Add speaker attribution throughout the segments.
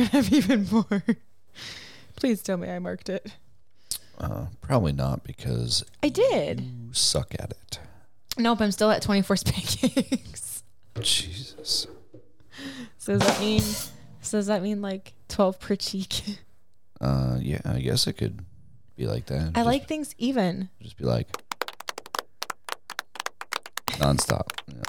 Speaker 1: gonna have even more. Please tell me I marked it.
Speaker 2: Uh, probably not because
Speaker 1: I did.
Speaker 2: you suck at it.
Speaker 1: Nope, I'm still at 24 pancakes.
Speaker 2: Jesus.
Speaker 1: so does that mean? So does that mean like 12 per cheek?
Speaker 2: Uh, yeah, I guess it could be like that.
Speaker 1: I
Speaker 2: Just-
Speaker 1: like things even.
Speaker 2: Just be like nonstop. Yeah.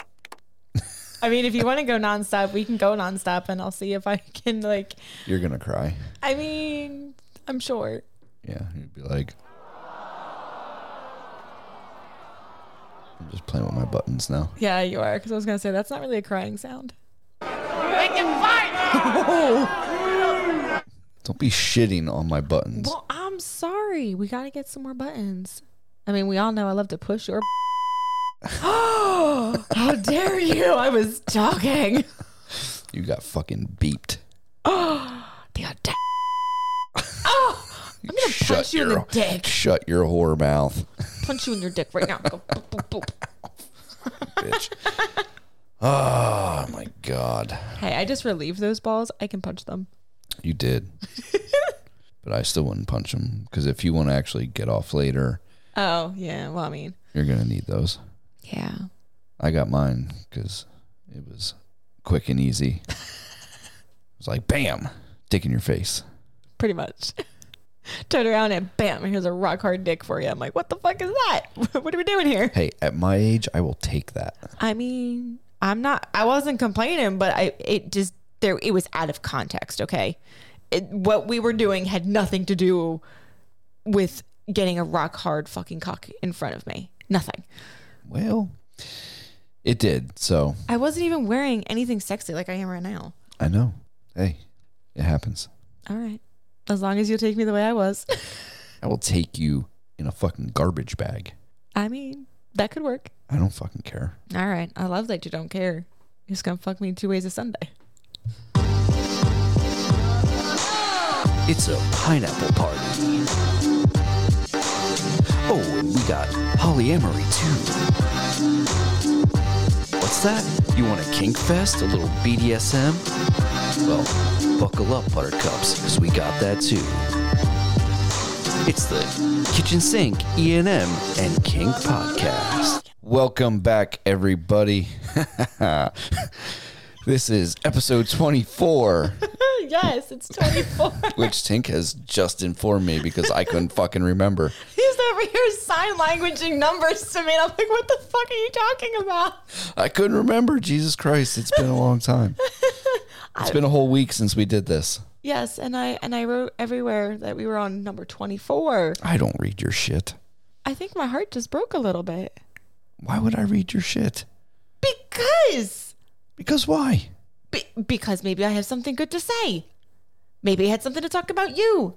Speaker 1: I mean, if you want to go nonstop, we can go nonstop, and I'll see if I can like.
Speaker 2: You're gonna cry.
Speaker 1: I mean, I'm short.
Speaker 2: Yeah, you'd be like, I'm just playing with my buttons now.
Speaker 1: Yeah, you are. Because I was gonna say that's not really a crying sound.
Speaker 2: Don't be shitting on my buttons.
Speaker 1: Well, I'm sorry. We gotta get some more buttons. I mean, we all know I love to push your. Oh, how dare you! I was talking.
Speaker 2: You got fucking beeped.
Speaker 1: Oh, the audacity! Oh, I'm gonna punch you in the dick.
Speaker 2: Shut your whore mouth,
Speaker 1: Punch you in your dick right now. Go boop, boop, boop.
Speaker 2: bitch. oh my god,
Speaker 1: Hey, I just relieved those balls. I can punch them.
Speaker 2: you did. but I still wouldn't punch him because if you want to actually get off later,
Speaker 1: Oh yeah. Well, I mean,
Speaker 2: you're gonna need those.
Speaker 1: yeah.
Speaker 2: I got mine because it was quick and easy. it was like bam, dick in your face.
Speaker 1: pretty much. Turn around and bam, here's a rock hard dick for you. I'm like, what the fuck is that? what are we doing here?
Speaker 2: Hey, at my age, I will take that.
Speaker 1: I mean, I'm not. I wasn't complaining, but I it just there. It was out of context. Okay, it, what we were doing had nothing to do with getting a rock hard fucking cock in front of me. Nothing.
Speaker 2: Well, it did. So
Speaker 1: I wasn't even wearing anything sexy like I am right now.
Speaker 2: I know. Hey, it happens.
Speaker 1: All right, as long as you'll take me the way I was.
Speaker 2: I will take you in a fucking garbage bag.
Speaker 1: I mean, that could work.
Speaker 2: I don't fucking care.
Speaker 1: All right, I love that you don't care. You're just gonna fuck me two ways a Sunday.
Speaker 2: It's a pineapple party. Oh, and we got polyamory too. What's that? You want a kink fest? A little BDSM? Well, buckle up, buttercups, because we got that too. It's the Kitchen Sink, E&M, and Kink Podcast. Welcome back, everybody. this is episode 24
Speaker 1: yes, it's 24.
Speaker 2: which Tink has just informed me because I couldn't fucking remember.
Speaker 1: He's over here sign languaging numbers to me. And I'm like, what the fuck are you talking about?
Speaker 2: I couldn't remember. Jesus Christ, it's been a long time. It's been a whole week since we did this.
Speaker 1: Yes, and I and I wrote everywhere that we were on number 24.
Speaker 2: I don't read your shit.
Speaker 1: I think my heart just broke a little bit.
Speaker 2: Why would I read your shit?
Speaker 1: Because
Speaker 2: Because why?
Speaker 1: be, because maybe I have something good to say. Maybe I had something to talk about you.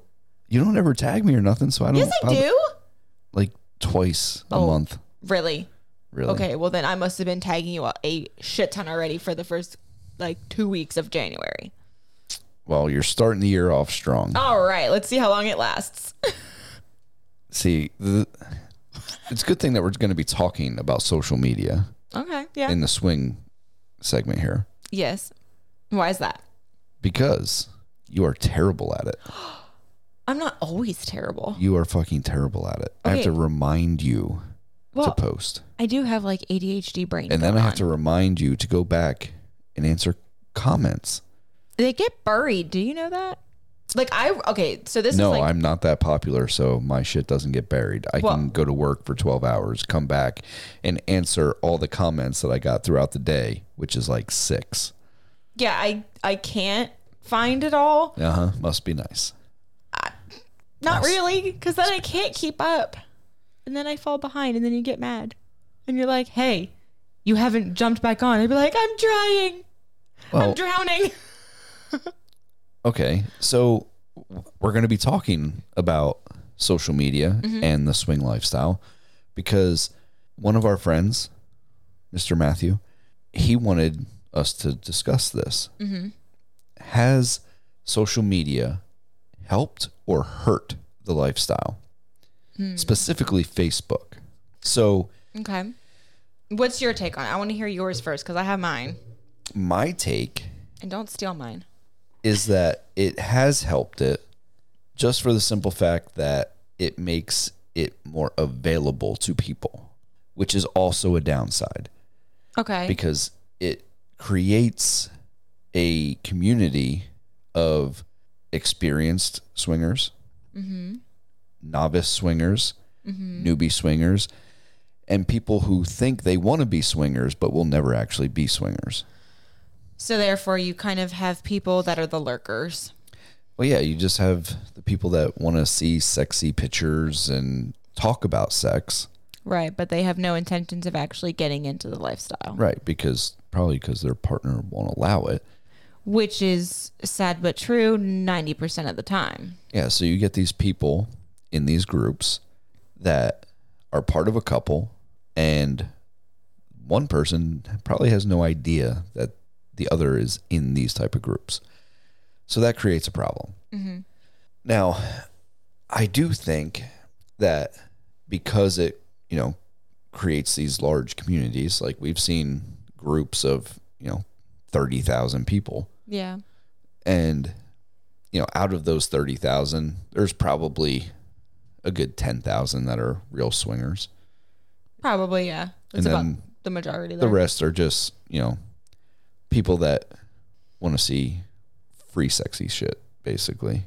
Speaker 2: You don't ever tag me or nothing, so I don't.
Speaker 1: Yes, I do.
Speaker 2: Like twice a
Speaker 1: Oh.
Speaker 2: month,
Speaker 1: Really?
Speaker 2: really.
Speaker 1: Okay, well then I must have been tagging you a- a shit ton already for the first like 2 weeks of January.
Speaker 2: Well, you're starting the year off strong.
Speaker 1: All right, let's see how long it lasts.
Speaker 2: See, the, it's a good thing that we're going to be talking about social media
Speaker 1: Okay, yeah.
Speaker 2: in the swing segment here
Speaker 1: yes. Why is that?
Speaker 2: because you are terrible at it.
Speaker 1: I'm not always terrible.
Speaker 2: You are fucking terrible at it. I have
Speaker 1: Okay.
Speaker 2: to remind you
Speaker 1: Well,
Speaker 2: to post.
Speaker 1: I do have like ADHD brain.
Speaker 2: And then I
Speaker 1: going
Speaker 2: have
Speaker 1: on.
Speaker 2: to remind you to go back and answer comments.
Speaker 1: They get buried. Do you know that? Like I okay, so this
Speaker 2: no,
Speaker 1: is like
Speaker 2: I'm not that popular, so my shit doesn't get buried. I
Speaker 1: Well-
Speaker 2: can go to work for 12 hours, come back and answer all the comments that I got throughout the day, which is like six.
Speaker 1: yeah, I I can't find it all.
Speaker 2: Uh huh. Must be nice.
Speaker 1: Not really, because then I can't keep up, and then I fall behind, and then you get mad, and you're like, hey, you haven't jumped back on. I'd be like, I'm trying.
Speaker 2: Well,
Speaker 1: I'm drowning.
Speaker 2: okay. So we're going to be talking about social media and the swing lifestyle because one of our friends, Mr. Matthew, he wanted us to discuss this. Has social media helped or hurt the lifestyle, specifically Facebook? So,
Speaker 1: Okay. What's your take on? it? I want to hear yours first because I have mine,
Speaker 2: my take
Speaker 1: and don't steal mine.
Speaker 2: is that it has helped it just for the simple fact that it makes it more available to people, which is also a downside
Speaker 1: Okay.
Speaker 2: because it creates a community of experienced swingers, novice swingers, newbie swingers, and people who think they want to be swingers but will never actually be swingers.
Speaker 1: so therefore, you kind of have people that are the lurkers.
Speaker 2: Well, yeah, you just have the people that want to see sexy pictures and talk about sex,
Speaker 1: Right, but they have no intentions of actually getting into the lifestyle,
Speaker 2: right? Because probably because their partner won't allow it.
Speaker 1: which is sad but true 90% of the time.
Speaker 2: Yeah, so you get these people in these groups that are part of a couple, and one person probably has no idea that the other is in these type of groups. So that creates a problem. Now, I do think that because it, you know, creates these large communities, like we've seen groups of, you know, 30,000 people
Speaker 1: Yeah.
Speaker 2: and you know out of those 30,000 there's probably a good 10,000 that are real swingers
Speaker 1: Probably, yeah. It's
Speaker 2: And
Speaker 1: about
Speaker 2: then
Speaker 1: the majority
Speaker 2: the
Speaker 1: there.
Speaker 2: rest are just you know people that want to see free sexy shit basically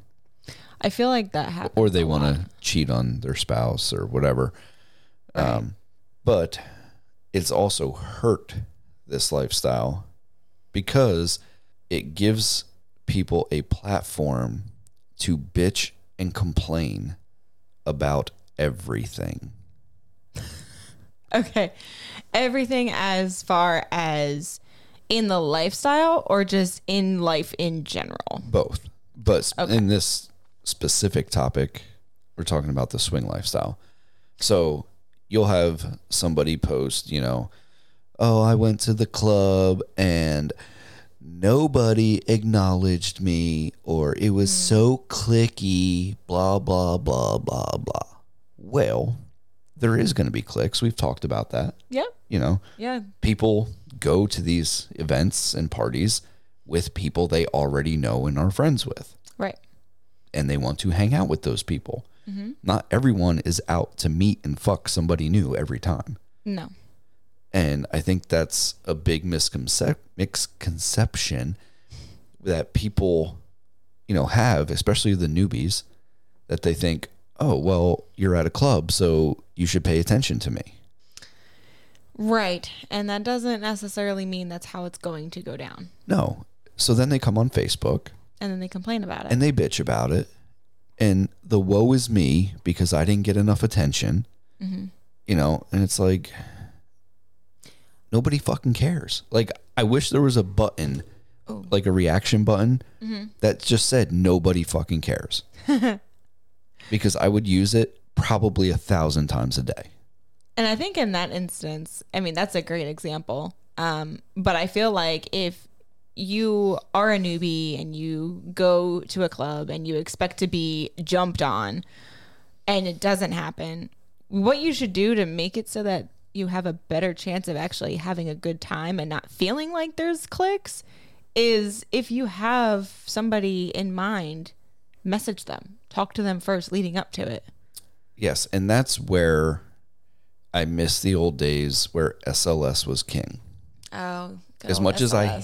Speaker 1: I feel like that happens.
Speaker 2: or they want to cheat on their spouse or whatever um but it's also hurt this lifestyle because it gives people a platform to bitch and complain about everything.
Speaker 1: Okay. Everything as far as in the lifestyle or just in life in general.
Speaker 2: Both. But s- in this specific topic, we're talking about the swing lifestyle. So you'll have somebody post, you know, oh, I went to the club and nobody acknowledged me, or it was so clicky, blah, blah, blah, blah, blah. Well, there is going to be clicks. We've talked about that.
Speaker 1: Yep.
Speaker 2: You know,
Speaker 1: Yeah.
Speaker 2: people go to these events and parties with people they already know and are friends with
Speaker 1: Right.
Speaker 2: and they want to hang out with those people not everyone is out to meet and fuck somebody new every time
Speaker 1: No.
Speaker 2: and i think that's a big misconcep- misconception that people you know have especially the newbies that they think oh well you're at a club so you should pay attention to me
Speaker 1: Right. And that doesn't necessarily mean that's how it's going to go down.
Speaker 2: no so then they come on facebook
Speaker 1: And then they complain about it.
Speaker 2: and they bitch about it and the woe is me because i didn't get enough attention you know and it's like nobody fucking cares like i wish there was a button like a reaction button that just said nobody fucking cares because i would use it probably a thousand times a day
Speaker 1: And I think in that instance, I mean, that's a great example. Um, but I feel like if you are a newbie and you go to a club and you expect to be jumped on and it doesn't happen, what you should do to make it so that you have a better chance of actually having a good time and not feeling like there's clicks is if you have somebody in mind, message them, talk to them first leading up to it.
Speaker 2: yes and that's where i miss the old days where sls was king
Speaker 1: Oh,
Speaker 2: as much as i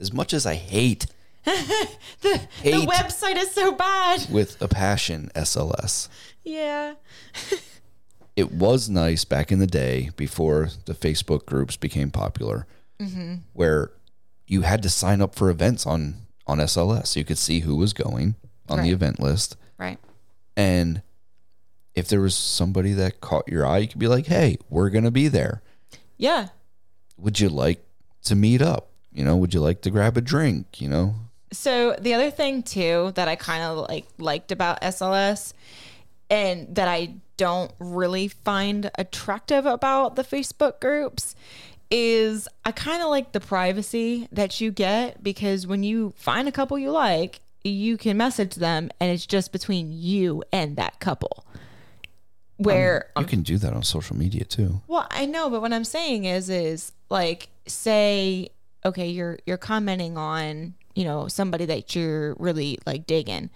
Speaker 2: as much as i hate
Speaker 1: The
Speaker 2: hate
Speaker 1: website is so bad.
Speaker 2: with a passion SLS.
Speaker 1: Yeah.
Speaker 2: It was nice back in the day before the Facebook groups became popular,
Speaker 1: Mm-hmm.
Speaker 2: where you had to sign up for events on on SLS. You could see who was going on the
Speaker 1: Right.
Speaker 2: event list,
Speaker 1: Right.
Speaker 2: and if there was somebody that caught your eye, you could be like, "Hey, we're gonna be there.
Speaker 1: Yeah.
Speaker 2: Would you like to meet up? You know, would you like to grab a drink? You know,
Speaker 1: So the other thing too that I kind of like liked about SLS and that I don't really find attractive about the Facebook groups is I kind of like the privacy that you get because when you find a couple you like, you can message them and it's just between you and that couple. Where
Speaker 2: you can do that on social media too."
Speaker 1: Well, I know, but what I'm saying is, is like, say, okay, you're you're commenting on you know, somebody that you're really like digging.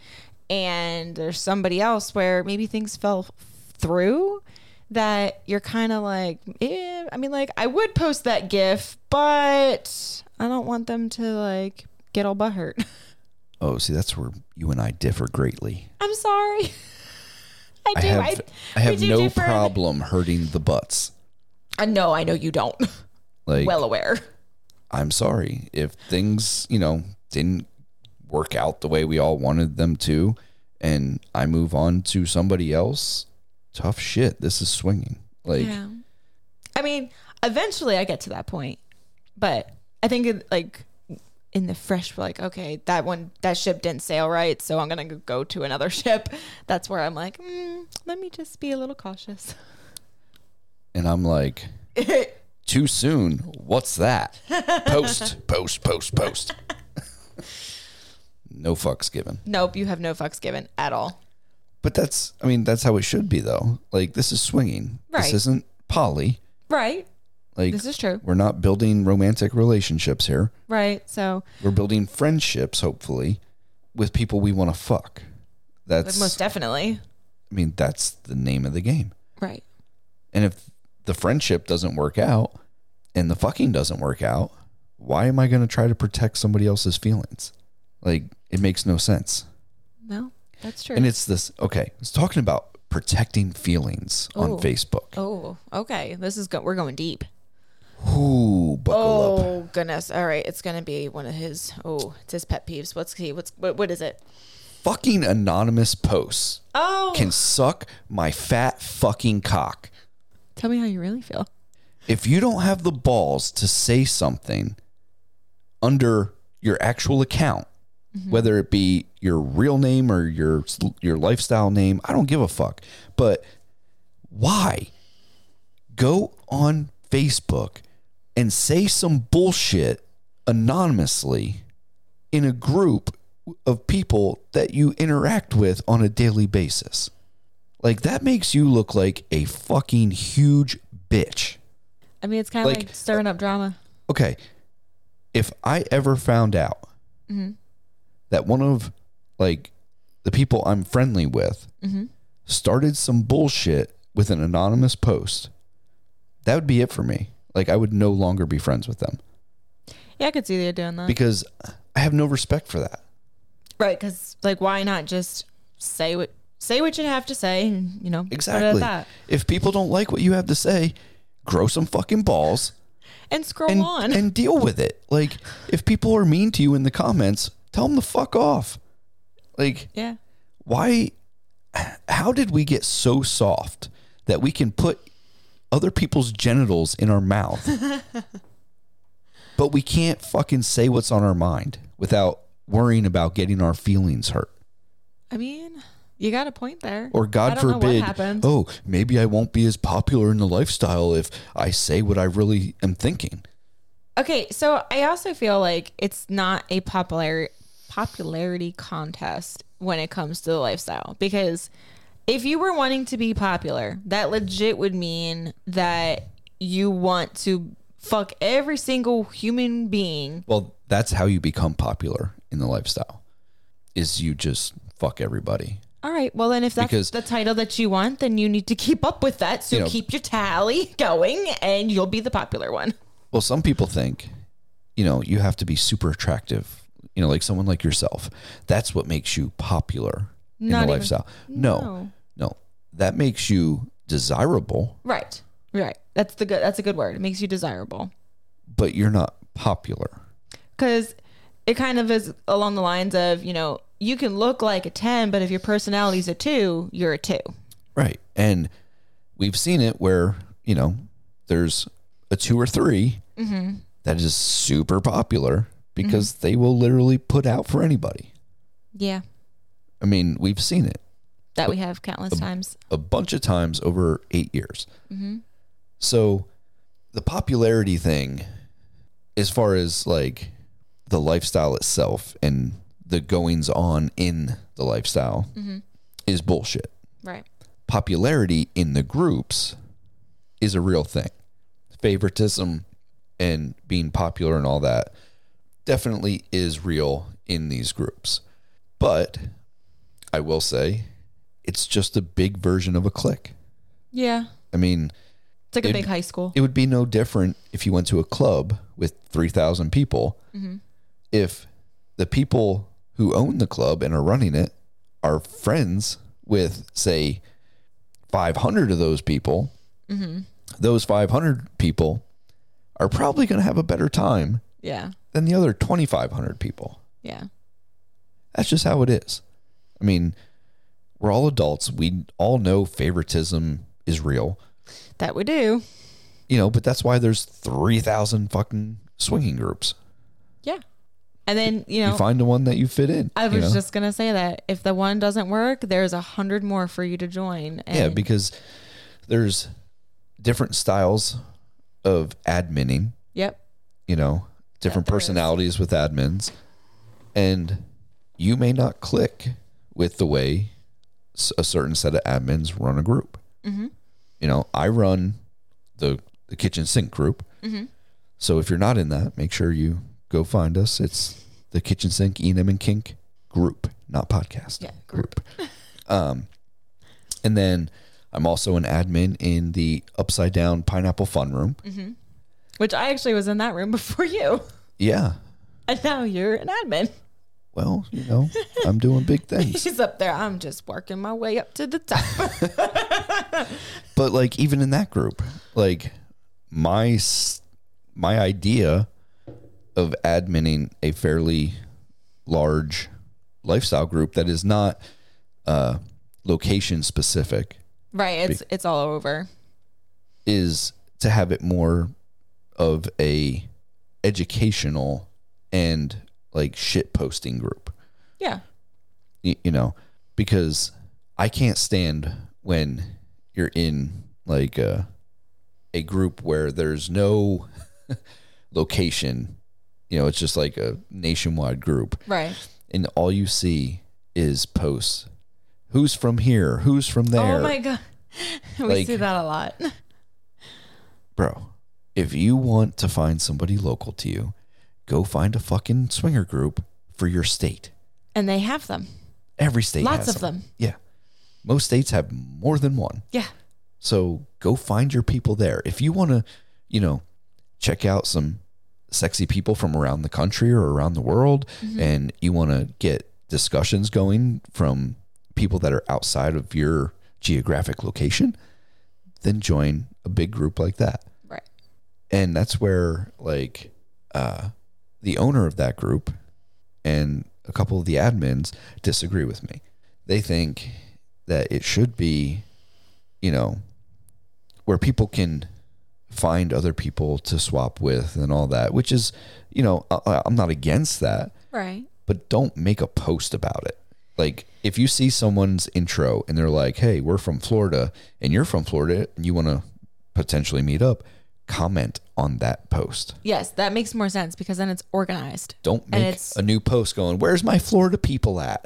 Speaker 1: And there's somebody else where maybe things fell through that you're kind of like, eh, I mean, like, I would post that GIF, but I don't want them to like get all butthurt.
Speaker 2: Oh, see, that's where you and I differ greatly.
Speaker 1: I'm sorry. I
Speaker 2: I
Speaker 1: do.
Speaker 2: have
Speaker 1: I,
Speaker 2: I have
Speaker 1: we do
Speaker 2: no
Speaker 1: differ.
Speaker 2: problem hurting the butts.
Speaker 1: I know, I know you don't.
Speaker 2: Like
Speaker 1: well aware.
Speaker 2: I'm sorry if things, you know, didn't work out the way we all wanted them to and I move on to somebody else. Tough shit. This is swinging. Like
Speaker 1: yeah. I mean, eventually I get to that point, but I think it, like in the fresh, we're like, okay, that one, that ship didn't sail right, so I'm gonna go- go to another ship. That's where I'm like, mm, let me just be a little cautious.
Speaker 2: and I'm like too soon. What's that? Post, post, post, post. no fucks given.
Speaker 1: nope, you have no fucks given at all.
Speaker 2: But that's, I mean, that's how it should be, though. Like, this is swinging.
Speaker 1: Right.
Speaker 2: This isn't poly.
Speaker 1: Right.
Speaker 2: Like,
Speaker 1: This is true.
Speaker 2: we're not building romantic relationships here.
Speaker 1: Right. So
Speaker 2: We're building friendships, hopefully, with people we want to fuck. That's,
Speaker 1: most definitely.
Speaker 2: I mean, that's the name of the game.
Speaker 1: Right.
Speaker 2: And if the friendship doesn't work out and the fucking doesn't work out, why am I going to try to protect somebody else's feelings? Like, it makes no sense.
Speaker 1: No, that's true.
Speaker 2: And it's this, okay, it's talking about protecting feelings
Speaker 1: Oh.
Speaker 2: on Facebook.
Speaker 1: oh, okay. This is go- we're going deep.
Speaker 2: Ooh, buckle up.
Speaker 1: Oh goodness! All right, it's gonna be one of his. Oh, it's his pet peeves. What's he? What's what? What is it?
Speaker 2: Fucking anonymous posts
Speaker 1: Oh,
Speaker 2: can suck my fat fucking cock.
Speaker 1: tell me how you really feel.
Speaker 2: If you don't have the balls to say something under your actual account, whether it be your real name or your your lifestyle name, I don't give a fuck. But why go on Facebook and say some bullshit anonymously in a group of people that you interact with on a daily basis? Like that makes you look like a fucking huge bitch.
Speaker 1: I mean, it's kind of
Speaker 2: Like-
Speaker 1: like, stirring up drama.
Speaker 2: Okay, if I ever found out
Speaker 1: Mm-hmm.
Speaker 2: that one of like the people I'm friendly with
Speaker 1: Mm-hmm.
Speaker 2: started some bullshit with an anonymous post, that would be it for me. Like I would no longer be friends with them
Speaker 1: Yeah, I could see you doing that.
Speaker 2: because I have no respect for that.
Speaker 1: right? Because like, why not just say what say what you have to say, and you know, put it at
Speaker 2: Exactly.
Speaker 1: that.
Speaker 2: If people don't like what you have to say, grow some fucking balls
Speaker 1: and scroll
Speaker 2: and,
Speaker 1: on.
Speaker 2: and deal with it. Like if people are mean to you in the comments, tell them to fuck off. Like
Speaker 1: yeah,
Speaker 2: why how did we get so soft that we can put other people's genitals in our mouth but we can't fucking say what's on our mind without worrying about getting our feelings hurt
Speaker 1: I mean, you got a point there.
Speaker 2: or
Speaker 1: I
Speaker 2: god
Speaker 1: don't know what
Speaker 2: forbid
Speaker 1: happened.
Speaker 2: oh maybe i won't be as popular in the lifestyle if i say what i really am thinking
Speaker 1: Okay, so I also feel like it's not a popular popularity contest when it comes to the lifestyle because if you were wanting to be popular, that legit would mean that you want to fuck every single human being.
Speaker 2: well that's how you become popular in the lifestyle is you just fuck everybody
Speaker 1: All right, well then if that's
Speaker 2: Because-
Speaker 1: the title that you want, then you need to keep up with that. So
Speaker 2: You know-
Speaker 1: keep your tally going and you'll be the popular one.
Speaker 2: Well, some people think, you know, you have to be super attractive, you know, like someone like yourself. That's what makes you popular in
Speaker 1: Not
Speaker 2: the
Speaker 1: even-
Speaker 2: lifestyle. No, no,
Speaker 1: No.
Speaker 2: that makes you desirable,
Speaker 1: Right. Right. That's the good that's a good word. It makes you desirable.
Speaker 2: but you're not popular.
Speaker 1: because it kind of is along the lines of you know you can look like a 10 but if your personality's a 2 you're a 2
Speaker 2: Right. And we've seen it where, you know, there's a two or 3
Speaker 1: Mm-hmm.
Speaker 2: that is super popular because they will literally put out for anybody.
Speaker 1: yeah
Speaker 2: I mean, we've seen it.
Speaker 1: that we have countless
Speaker 2: Um,
Speaker 1: times
Speaker 2: a bunch of times over eight years. So the popularity thing, as far as like the lifestyle itself and the goings on in the lifestyle, is bullshit.
Speaker 1: right
Speaker 2: Popularity in the groups is a real thing. Favoritism and being popular and all that, definitely is real in these groups. But I will say it's just a big version of a clique.
Speaker 1: Yeah.
Speaker 2: I mean,
Speaker 1: It's like a
Speaker 2: It-
Speaker 1: big high school.
Speaker 2: it would be no different if you went to a club with 3,000 people. If the people who own the club and are running it are friends with, say, 500 of those people, those 500 people are probably going to have a better time
Speaker 1: yeah.
Speaker 2: than the other 2,500 people.
Speaker 1: Yeah.
Speaker 2: That's just how it is. I mean, we're all adults. We all know favoritism is real,
Speaker 1: That we do.
Speaker 2: you know, but that's why there's 3,000 fucking swinging groups.
Speaker 1: Yeah. And then, you know,
Speaker 2: you find the one that you fit in.
Speaker 1: I was
Speaker 2: you know?
Speaker 1: just gonna say that if the one doesn't work, there's a hundred more for you to join. And
Speaker 2: yeah, because there's different styles of adminning,
Speaker 1: yep,
Speaker 2: you know, different
Speaker 1: there is.
Speaker 2: personalities with admins, and you may not click with the way s- a certain set of admins run a group.
Speaker 1: Mm-hmm.
Speaker 2: You know, I run the the kitchen sink group,
Speaker 1: Mm-hmm.
Speaker 2: so if you're not in that, make sure you go find us. It's the kitchen sink E and Kink group, not podcast.
Speaker 1: Yeah,
Speaker 2: group. Um, And then I'm also an admin in the Upside Down Pineapple Fun Room.
Speaker 1: which I actually was in that room before you,
Speaker 2: Yeah.
Speaker 1: and now you're an admin.
Speaker 2: Well, you know, I'm doing big things.
Speaker 1: She's up there. I'm just working my way up to the top.
Speaker 2: But like even in that group, like my s- my idea of adminning a fairly large lifestyle group that is not uh location specific
Speaker 1: right, it's it's all over.
Speaker 2: is to have it more of a educational and like shit posting group.
Speaker 1: Yeah,
Speaker 2: y- you know, because I can't stand when you're in like a, a group where there's no location. You know, it's just like a nationwide group,
Speaker 1: right.
Speaker 2: and all you see is posts. Who's from here? Who's from there?
Speaker 1: Oh my god, we
Speaker 2: Like-
Speaker 1: see that a lot.
Speaker 2: Bro, if you want to find somebody local to you, go find a fucking swinger group for your state.
Speaker 1: And they have them,
Speaker 2: Every state
Speaker 1: lots
Speaker 2: has
Speaker 1: of them.
Speaker 2: Yeah. Most states have more than one.
Speaker 1: Yeah,
Speaker 2: So go find your people there. If you want to, you know, check out some sexy people from around the country or around the world and you want to get discussions going from people that are outside of your geographic location, then join a big group like that.
Speaker 1: right.
Speaker 2: And that's where like uh the owner of that group and a couple of the admins disagree with me. They think that it should be, you know, where people can find other people to swap with and all that, which is, you know, I- I, I'm not against that,
Speaker 1: Right.
Speaker 2: but don't make a post about it. Like, if you see someone's intro and they're like, hey, we're from Florida and you're from Florida and you want to potentially meet up, comment on that post.
Speaker 1: Yes, that makes more sense because then it's organized.
Speaker 2: Don't make
Speaker 1: it's-
Speaker 2: a new post going, where's my Florida people at?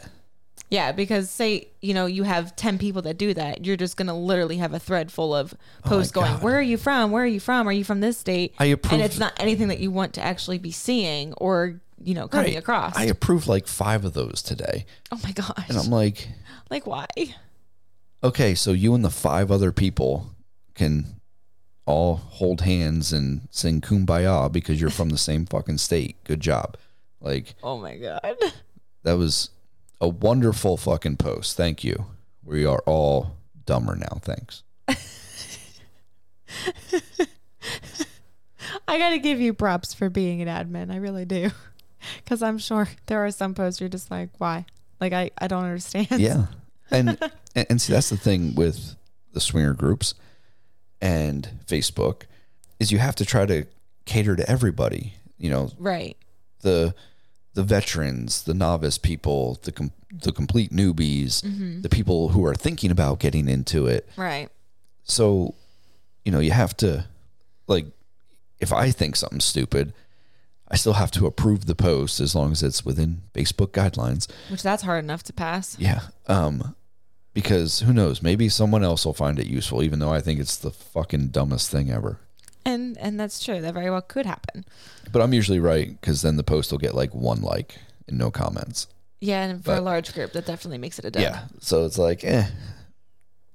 Speaker 1: Yeah, because say you know you have ten people that do that, you're just gonna literally have a thread full of posts going,
Speaker 2: Oh God.
Speaker 1: "Where are you from? Where are you from? Are you from this state?"
Speaker 2: I
Speaker 1: and
Speaker 2: approved-
Speaker 1: it's not anything that you want to actually be seeing or you know coming
Speaker 2: Right.
Speaker 1: across.
Speaker 2: I approved like five of those today.
Speaker 1: oh my gosh!
Speaker 2: And I'm like,
Speaker 1: like why?
Speaker 2: okay, so you and the five other people can all hold hands and sing kumbaya because you're from the same fucking state. Good job. Like,
Speaker 1: Oh my god!
Speaker 2: that was a wonderful fucking post. Thank you. We are all dumber now. Thanks.
Speaker 1: I gotta give you props for being an admin. I really do, because I'm sure there are some posts you're just like, why? Like I I don't understand.
Speaker 2: Yeah. And, and and see that's the thing with the swinger groups and Facebook is you have to try to cater to everybody. You know,
Speaker 1: Right.
Speaker 2: the the veterans, the novice people, the com- the complete newbies, the people who are thinking about getting into it.
Speaker 1: Right.
Speaker 2: So, you know, you have to like if I think something's stupid, I still have to approve the post as long as it's within Facebook guidelines.
Speaker 1: Which that's hard enough to pass.
Speaker 2: Yeah. Um because who knows, maybe someone else will find it useful even though I think it's the fucking dumbest thing ever.
Speaker 1: And and that's true. That very well could happen.
Speaker 2: But I'm usually right because then the post will get like one like and no comments.
Speaker 1: Yeah, and for a
Speaker 2: But-
Speaker 1: large group, that definitely makes it a dud.
Speaker 2: Yeah. So it's like, eh.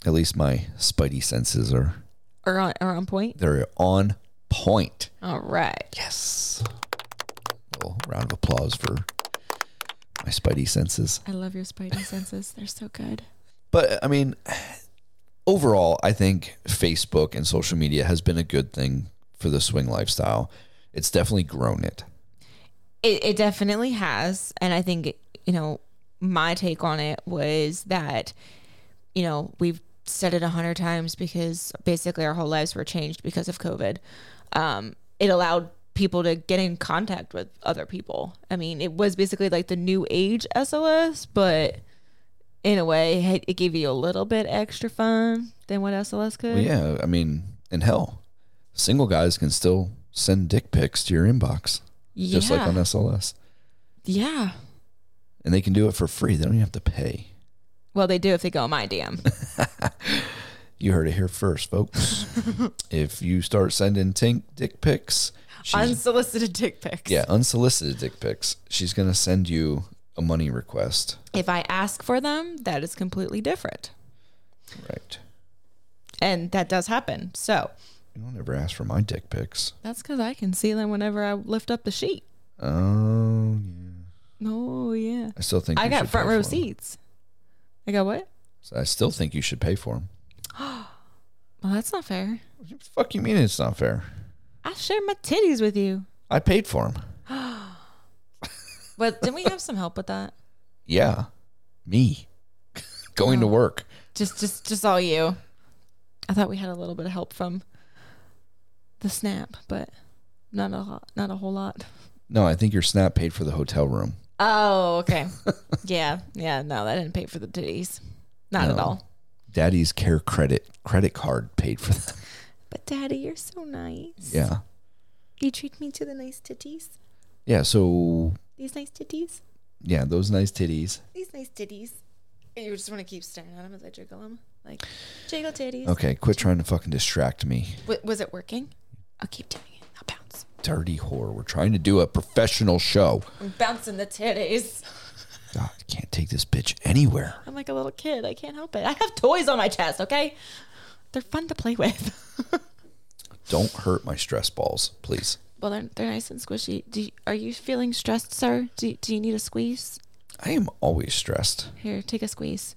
Speaker 2: At least my spidey senses are
Speaker 1: Or on or on point.
Speaker 2: they're on point.
Speaker 1: All right.
Speaker 2: Yes. Little round of applause for my spidey senses.
Speaker 1: I love your spidey senses. They're so good.
Speaker 2: But uh, I mean, overall, I think Facebook and social media has been a good thing for the swing lifestyle. It's definitely grown it.
Speaker 1: It, it definitely has. And I think, you know, my take on it was that, you know, we've said it a hundred times because basically our whole lives were changed because of COVID. Um, it allowed people to get in contact with other people. I mean, it was basically like the new age SOS, but in a way, it- it gave you a little bit extra fun than what SLS could.
Speaker 2: Well, yeah, I mean, and hell, single guys can still send dick pics to your inbox, just like
Speaker 1: Yeah.
Speaker 2: on SLS.
Speaker 1: yeah.
Speaker 2: And they can do it for free. They don't even have to pay.
Speaker 1: Well, they do if they go on my DM.
Speaker 2: You heard it here first, folks. if you start sending Tink dick pics, she's
Speaker 1: Unsolicited dick pics.
Speaker 2: Yeah, unsolicited dick pics. She's gonna send you a money request.
Speaker 1: If I ask for them, that is completely different.
Speaker 2: Right.
Speaker 1: And that does happen. So
Speaker 2: You don't ever ask for my dick pics.
Speaker 1: that's because I can see them whenever I lift up the sheet.
Speaker 2: Oh yeah.
Speaker 1: Oh, yeah.
Speaker 2: I still think
Speaker 1: I
Speaker 2: you
Speaker 1: got
Speaker 2: should
Speaker 1: front
Speaker 2: pay
Speaker 1: row
Speaker 2: for 'em.
Speaker 1: seats. I got what?
Speaker 2: So I still think you should pay for them.
Speaker 1: Well, that's not fair.
Speaker 2: What the fuck you mean it's not fair?
Speaker 1: I shared my titties with you.
Speaker 2: I paid for them.
Speaker 1: But didn't we have some help with that?
Speaker 2: Yeah, me going to work.
Speaker 1: Just, just, just all you. I thought we had a little bit of help from the snap, but not a lot, not a whole lot.
Speaker 2: No, I think your snap paid for the hotel room.
Speaker 1: Oh, okay. yeah, yeah. No, that didn't pay for the titties. Not at
Speaker 2: No.
Speaker 1: all.
Speaker 2: Daddy's care credit credit card paid for that.
Speaker 1: But daddy, you're so nice.
Speaker 2: Yeah,
Speaker 1: You treat me to the nice titties.
Speaker 2: yeah. So
Speaker 1: These nice titties.
Speaker 2: yeah, those nice titties.
Speaker 1: These nice titties. And you just want to keep staring at them as I jiggle them. Like, jiggle titties.
Speaker 2: Okay, quit trying to fucking distract me.
Speaker 1: W- was it working? I'll keep doing it. I'll bounce.
Speaker 2: dirty whore. We're trying to do a professional show.
Speaker 1: I'm bouncing the titties.
Speaker 2: God, I can't take this bitch anywhere.
Speaker 1: I'm like a little kid. I can't help it. I have toys on my chest, okay? They're fun to play with.
Speaker 2: Don't hurt my stress balls, please.
Speaker 1: well, they're, they're nice and squishy. Do you, are you feeling stressed, sir? Do, do you need a squeeze?
Speaker 2: I am always stressed.
Speaker 1: Here, take a squeeze.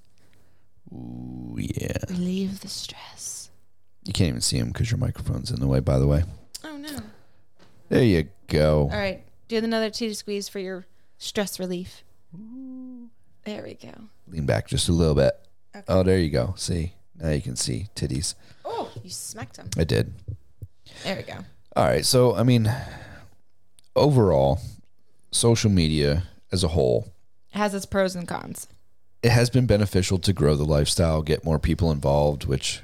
Speaker 2: Ooh, yeah.
Speaker 1: Relieve the stress.
Speaker 2: You can't even see him because your microphone's in the way, by the way.
Speaker 1: Oh, no.
Speaker 2: There you go.
Speaker 1: All right, do another titty squeeze for your stress relief. There we go.
Speaker 2: Lean back just a little bit. Oh, there you go. See? Now you can see titties.
Speaker 1: Oh, you smacked him.
Speaker 2: I did.
Speaker 1: There we go.
Speaker 2: All right. So, I mean, overall, social media as a whole,
Speaker 1: has its pros and cons.
Speaker 2: it has been beneficial to grow the lifestyle, get more people involved, which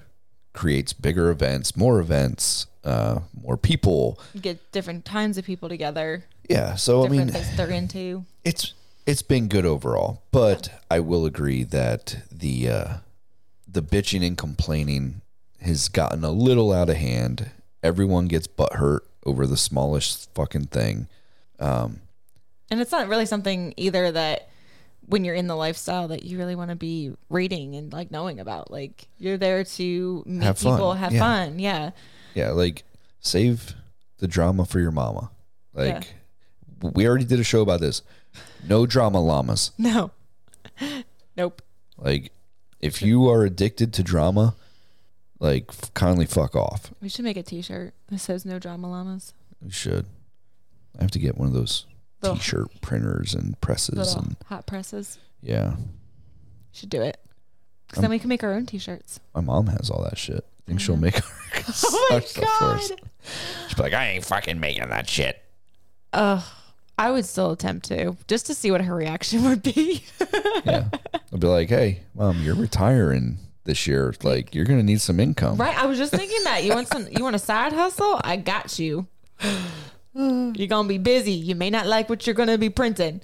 Speaker 2: creates bigger events, more events, uh, more people.
Speaker 1: You get different kinds of people together,
Speaker 2: Yeah. So I
Speaker 1: different
Speaker 2: mean,
Speaker 1: things they're into.
Speaker 2: it's it's been good overall, but I will agree that the uh, the bitching and complaining has gotten a little out of hand. Everyone gets butthurt over the smallest fucking thing.
Speaker 1: And it's not really something either that when you're in the lifestyle that you really want to be reading and like knowing about. Like you're there to meet
Speaker 2: Have fun,
Speaker 1: people, have
Speaker 2: yeah.
Speaker 1: fun. Yeah.
Speaker 2: Yeah, like save the drama for your mama. Like we already did a show about this. No drama llamas.
Speaker 1: No. nope.
Speaker 2: Like, if you are addicted to drama, like f- kindly fuck off.
Speaker 1: We should make a t shirt that says no drama llamas.
Speaker 2: You should. I have to get one of those
Speaker 1: Little-
Speaker 2: t-shirt printers and presses
Speaker 1: Little
Speaker 2: and
Speaker 1: hot presses.
Speaker 2: yeah.
Speaker 1: Should do it. Because then we can make our own t shirts.
Speaker 2: My mom has all that shit. I think
Speaker 1: Mm-hmm.
Speaker 2: she'll make our
Speaker 1: Oh
Speaker 2: stuff for us. She'll be like, I ain't fucking making that shit.
Speaker 1: Ugh. I would still attempt to just to see what her reaction would be.
Speaker 2: Yeah. I'll be like, hey, mom, you're retiring this year. Like, you're gonna need some income.
Speaker 1: right? I was just thinking that. You want some you want a side hustle? I got you. You're gonna be busy. You may not like what you're gonna be printing,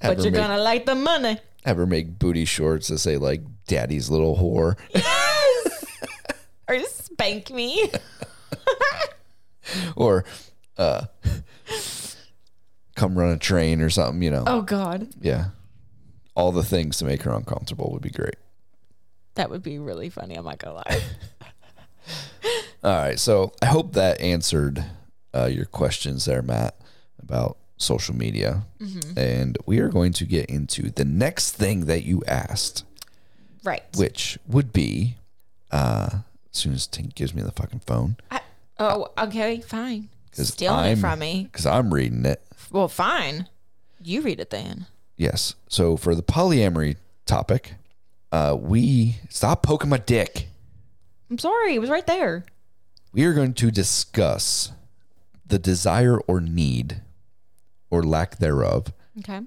Speaker 2: Have
Speaker 1: but
Speaker 2: her
Speaker 1: you're
Speaker 2: make-
Speaker 1: gonna like the money.
Speaker 2: have her make booty shorts that say like daddy's little whore.
Speaker 1: Yes. or spank me.
Speaker 2: or uh, come run a train or something, you know.
Speaker 1: Oh God,
Speaker 2: Yeah. All the things to make her uncomfortable would be great.
Speaker 1: that would be really funny. I'm not gonna lie.
Speaker 2: All right. So I hope that answered uh, your questions there, Matt, about social media.
Speaker 1: Mm-hmm.
Speaker 2: And we are going to get into the next thing that you asked,
Speaker 1: Right.
Speaker 2: which would be uh, as soon as Tink gives me the fucking phone,
Speaker 1: I, oh, okay, fine.
Speaker 2: 'Cause
Speaker 1: Stealing
Speaker 2: I'm-
Speaker 1: it from me.
Speaker 2: because I'm reading it.
Speaker 1: Well, fine. You read it then.
Speaker 2: Yes. So for the polyamory topic, uh, we stop poking my dick.
Speaker 1: I'm sorry. It was right there.
Speaker 2: We are going to discuss the desire or need or lack thereof
Speaker 1: Okay.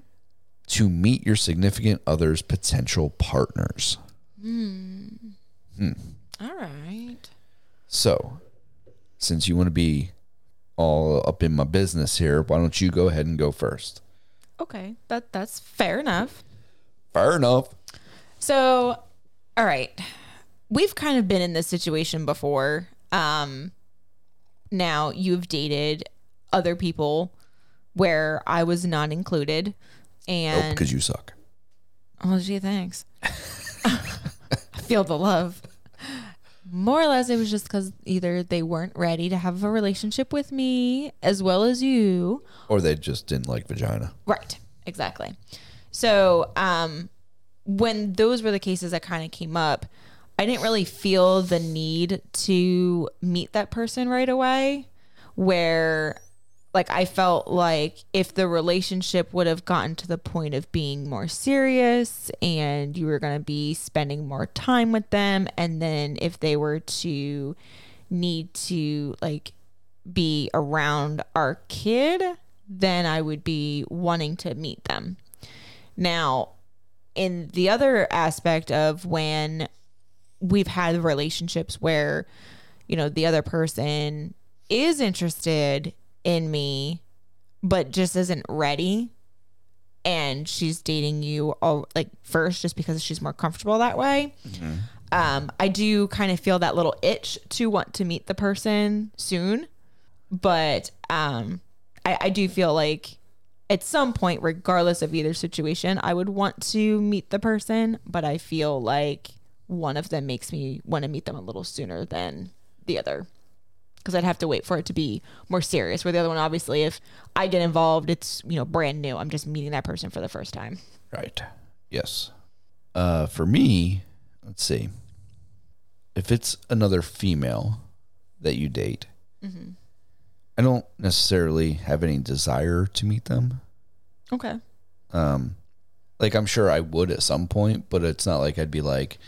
Speaker 2: to meet your significant other's potential partners.
Speaker 1: All right.
Speaker 2: So, since you want to be all up in my business here, why don't you go ahead and go first?
Speaker 1: Okay. That that's fair enough.
Speaker 2: Fair enough.
Speaker 1: So, all right. We've kind of been in this situation before. Um now you've dated other people where I was not included
Speaker 2: Nope,
Speaker 1: and
Speaker 2: because you suck.
Speaker 1: Oh, gee, thanks. I feel the love. More or less, it was just because either they weren't ready to have a relationship with me as well as you.
Speaker 2: Or they just didn't like vagina.
Speaker 1: Right. Exactly. So, um, when those were the cases that kind of came up, I didn't really feel the need to meet that person right away. Where, like, I felt like if the relationship would have gotten to the point of being more serious and you were going to be spending more time with them, and then if they were to need to, like, be around our kid, then I would be wanting to meet them. Now, in the other aspect of when we've had relationships where, you know, the other person is interested in me, but just isn't ready. And she's dating you all like first just because she's more comfortable that way um, I do kind of feel that little itch to want to meet the person soon, but um, I, I do feel like at some point, regardless of either situation, I would want to meet the person, but I feel like one of them makes me want to meet them a little sooner than the other because I'd have to wait for it to be more serious. Where the other one, obviously, if I get involved, it's you know brand new. I'm just meeting that person for the first time.
Speaker 2: Right. Yes. Uh, for me, let's see. If it's another female that you date, I don't necessarily have any desire to meet them.
Speaker 1: Okay.
Speaker 2: Um, like I'm sure I would at some point, but it's not like I'd be like,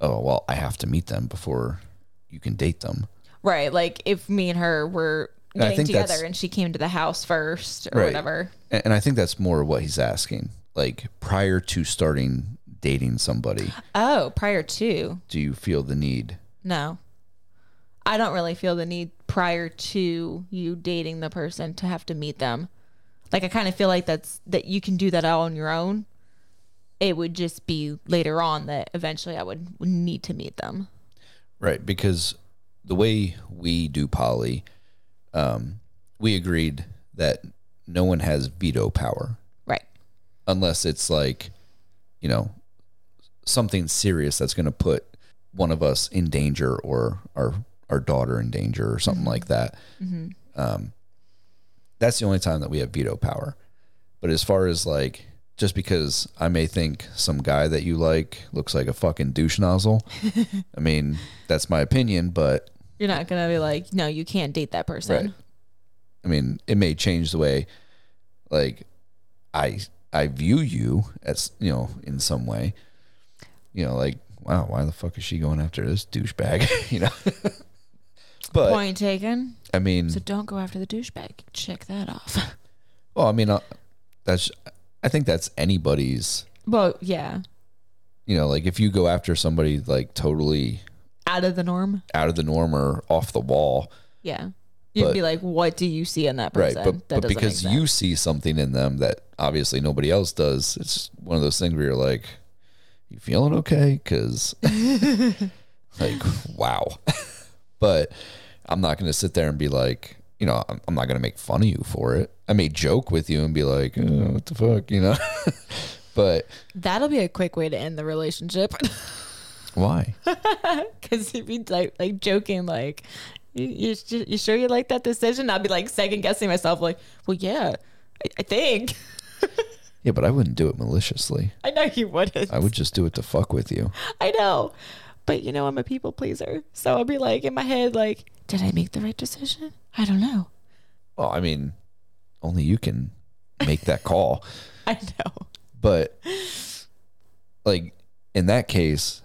Speaker 2: oh well, I have to meet them before you can date them.
Speaker 1: Right. Like if me and her were
Speaker 2: And I
Speaker 1: getting
Speaker 2: think that's-
Speaker 1: together and she came to the house first or
Speaker 2: Right.
Speaker 1: whatever.
Speaker 2: And, and I think that's more what he's asking. Like prior to starting dating somebody,
Speaker 1: Oh, prior to.
Speaker 2: do you feel the need?
Speaker 1: No. I don't really feel the need prior to you dating the person to have to meet them. Like I kind of feel like that's that you can do that all on your own. It would just be later on that eventually I would need to meet them.
Speaker 2: Right, because the way we do poly, um, we agreed that no one has veto power
Speaker 1: Right.
Speaker 2: unless it's like, you know, something serious that's going to put one of us in danger or our our daughter in danger or something like that. Um, that's the only time that we have veto power. But as far as like, just because I may think some guy that you like looks like a fucking douche nozzle, I mean, that's my opinion, but
Speaker 1: You're not going to be like, "No, you can't date that person."
Speaker 2: Right. I mean, it may change the way, like, I I view you as you know in some way. You know, like, wow, why the fuck is she going after this douchebag? you know, but Mm.
Speaker 1: Point taken.
Speaker 2: I mean,
Speaker 1: So don't go after the douchebag. Check that off.
Speaker 2: well, I mean, uh, that's I think that's anybody's.
Speaker 1: well, yeah.
Speaker 2: You know, like if you go after somebody like totally
Speaker 1: Out of the norm.
Speaker 2: out of the norm or off the wall,
Speaker 1: Yeah. You'd
Speaker 2: But-
Speaker 1: be like, what do you see in that
Speaker 2: right?
Speaker 1: person?
Speaker 2: But
Speaker 1: that
Speaker 2: but because you see something in them that obviously nobody else does, it's just one of those things where you're like, "You feeling okay?" Because like, wow. but I'm not going to sit there and be like, you know, I'm, I'm not going to make fun of you for it. I may joke with you and be like, "Uh, what the fuck, you know? but
Speaker 1: That'll be a quick way to end the relationship.
Speaker 2: why?
Speaker 1: Because he'd be like, like joking, like, you, you, su- you sure you like that decision? I'd be like second guessing myself, like, well, yeah, I, I think.
Speaker 2: Yeah, but I wouldn't do it maliciously.
Speaker 1: I know you wouldn't.
Speaker 2: I would just do it to fuck with you.
Speaker 1: I know. But you know, I'm a people pleaser. So I'll be like in my head, like, did I make the right decision? I don't know.
Speaker 2: Well, I mean, only you can make that call.
Speaker 1: I know.
Speaker 2: But like in that case,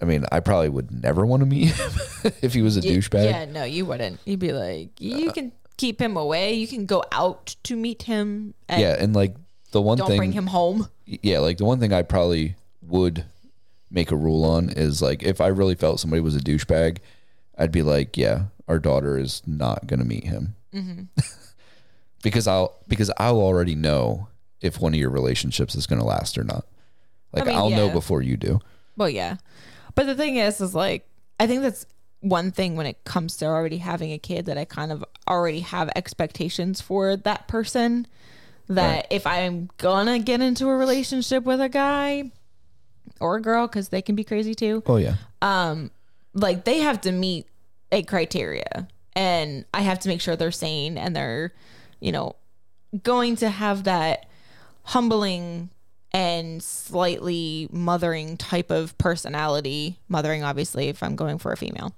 Speaker 2: I mean, I probably would never want to meet him if he was a douchebag. Uh,
Speaker 1: Yeah, no, you wouldn't. You'd be like, you can keep him away. You can go out to meet him. And
Speaker 2: yeah, and like the one
Speaker 1: Don't
Speaker 2: thing
Speaker 1: bring him home.
Speaker 2: yeah, like the one thing I probably would make a rule on is like if I really felt somebody was a douchebag, I'd be like, yeah, our daughter is not gonna meet him
Speaker 1: Mm-hmm.
Speaker 2: because I'll because I'll already know if one of your relationships is gonna last or not. Like I
Speaker 1: mean,
Speaker 2: will know
Speaker 1: yeah.
Speaker 2: before you do.
Speaker 1: Well, yeah. But the thing is, is like, I think that's one thing when it comes to already having a kid that I kind of already have expectations for that person. That if I'm gonna get into a relationship with a guy or a girl, because they can be crazy too,
Speaker 2: Oh yeah,
Speaker 1: like they have to meet a criteria. And I have to make sure they're sane and they're, you know, going to have that humbling and slightly mothering type of personality mothering obviously if i'm going for a female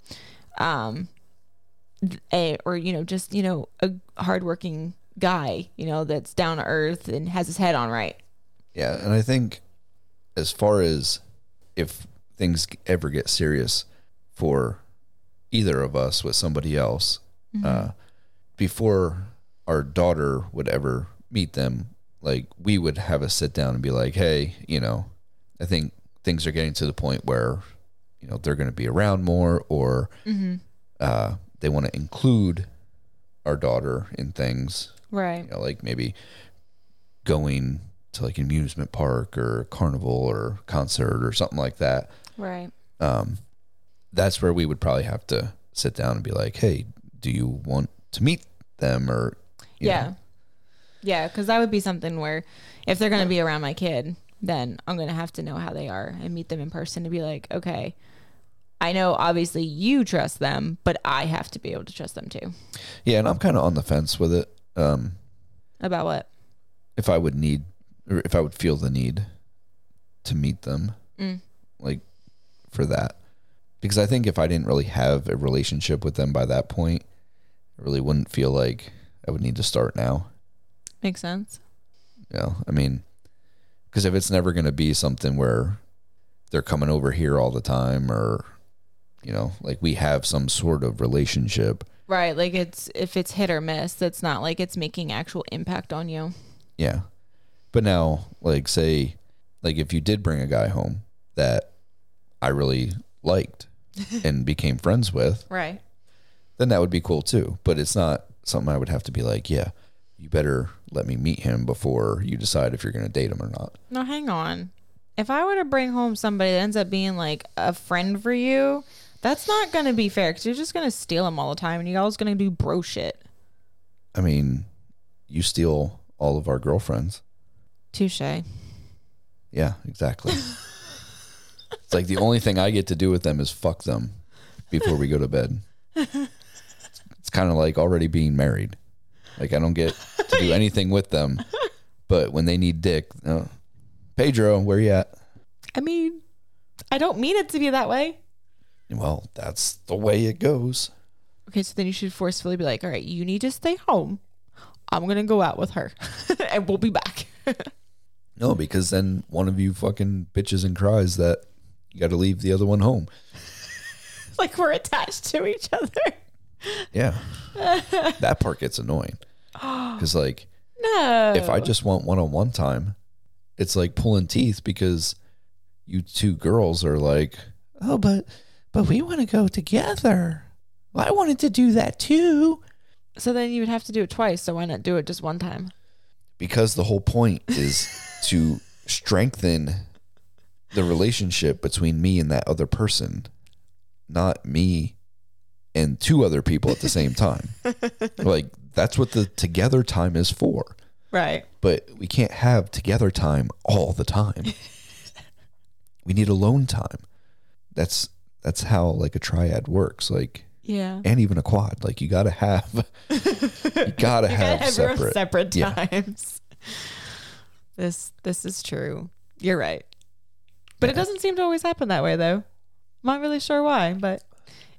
Speaker 1: um th- a, or you know just you know a hardworking guy you know that's down to earth and has his head on right
Speaker 2: yeah. And I think as far as if things ever get serious for either of us with somebody else, uh, before our daughter would ever meet them, like we would have a sit down and be like, hey, you know, I think things are getting to the point where, you know, they're going to be around more or
Speaker 1: Mm-hmm.
Speaker 2: uh, they want to include our daughter in things
Speaker 1: right
Speaker 2: you know, like maybe going to like an amusement park or carnival or concert or something like that.
Speaker 1: right
Speaker 2: That's where we would probably have to sit down and be like, "Hey, do you want to meet them?" Or you
Speaker 1: yeah
Speaker 2: know,
Speaker 1: yeah because that would be something where if they're going to be around my kid then i'm going to have to know how they are and meet them in person to be like okay i know obviously you trust them but i have to be able to trust them too
Speaker 2: yeah. And I'm kind of on the fence with it. Um,
Speaker 1: about what
Speaker 2: if I would need, or if I would feel the need to meet them,
Speaker 1: Mm.
Speaker 2: like for that, because I think if I didn't really have a relationship with them by that point, I really wouldn't feel like I would need to start now.
Speaker 1: makes sense
Speaker 2: You know, I mean, because if it's never going to be something where they're coming over here all the time or, you know, like we have some sort of relationship.
Speaker 1: right like it's if it's hit or miss that's not like it's making actual impact on you
Speaker 2: Yeah. But now, like, say, like if you did bring a guy home that I really liked and became friends with,
Speaker 1: right
Speaker 2: then that would be cool too. But it's not something I would have to be like, yeah, you better let me meet him before you decide if you're going to date him or not.
Speaker 1: no hang on if i were to bring home somebody that ends up being like a friend for you that's not going to be fair because you're just going to steal them all the time and you alls going to do bro shit
Speaker 2: I mean, you steal all of our girlfriends.
Speaker 1: touche
Speaker 2: Yeah, exactly. it's like the only thing I get to do with them is fuck them before we go to bed. It's kind of like already being married. Like I don't get to do anything with them, but when they need dick, uh, Pedro, where you at?
Speaker 1: I mean, I don't mean it to be that way.
Speaker 2: Well, that's the way it goes.
Speaker 1: Okay, so then you should forcefully be like, all right, you need to stay home. I'm going to go out with her and we'll be back.
Speaker 2: No, because then one of you fucking bitches and cries that you got to leave the other one home.
Speaker 1: like we're attached to each other.
Speaker 2: Yeah, that part gets annoying because like
Speaker 1: No.
Speaker 2: if I just want one on one time, it's like pulling teeth because you two girls are like, oh, but but we want to go together. Well, I wanted to do that too
Speaker 1: so then you would have to do it twice. So why not do it just one time?
Speaker 2: because the whole point is to strengthen the relationship between me and that other person, not me and two other people at the same time. like That's what the together time is for.
Speaker 1: Right.
Speaker 2: But we can't have together time all the time. we need alone time. That's that's how like a triad works. Like
Speaker 1: Yeah.
Speaker 2: and even a quad. Like you gotta have you gotta
Speaker 1: You
Speaker 2: have
Speaker 1: gotta have your
Speaker 2: separate.
Speaker 1: separate
Speaker 2: Yeah.
Speaker 1: times. This this is true. You're right. But it doesn't seem to always happen that way though. I'm not really sure why, but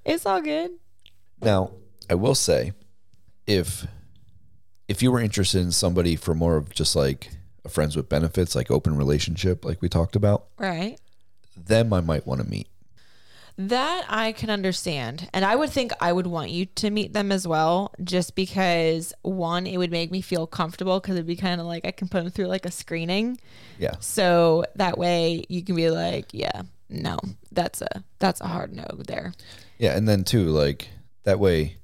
Speaker 1: it's all good.
Speaker 2: Now, I will say, if if you were interested in somebody for more of just like a friends with benefits, like open relationship, like we talked about,
Speaker 1: Right.
Speaker 2: them I might want to meet.
Speaker 1: That I can understand. And I would think I would want you to meet them as well, just because one, it would make me feel comfortable because it'd be kind of like I can put them through like a screening.
Speaker 2: Yeah.
Speaker 1: So that way you can be like, yeah, no, that's a that's a hard no there.
Speaker 2: Yeah, and then too, like that way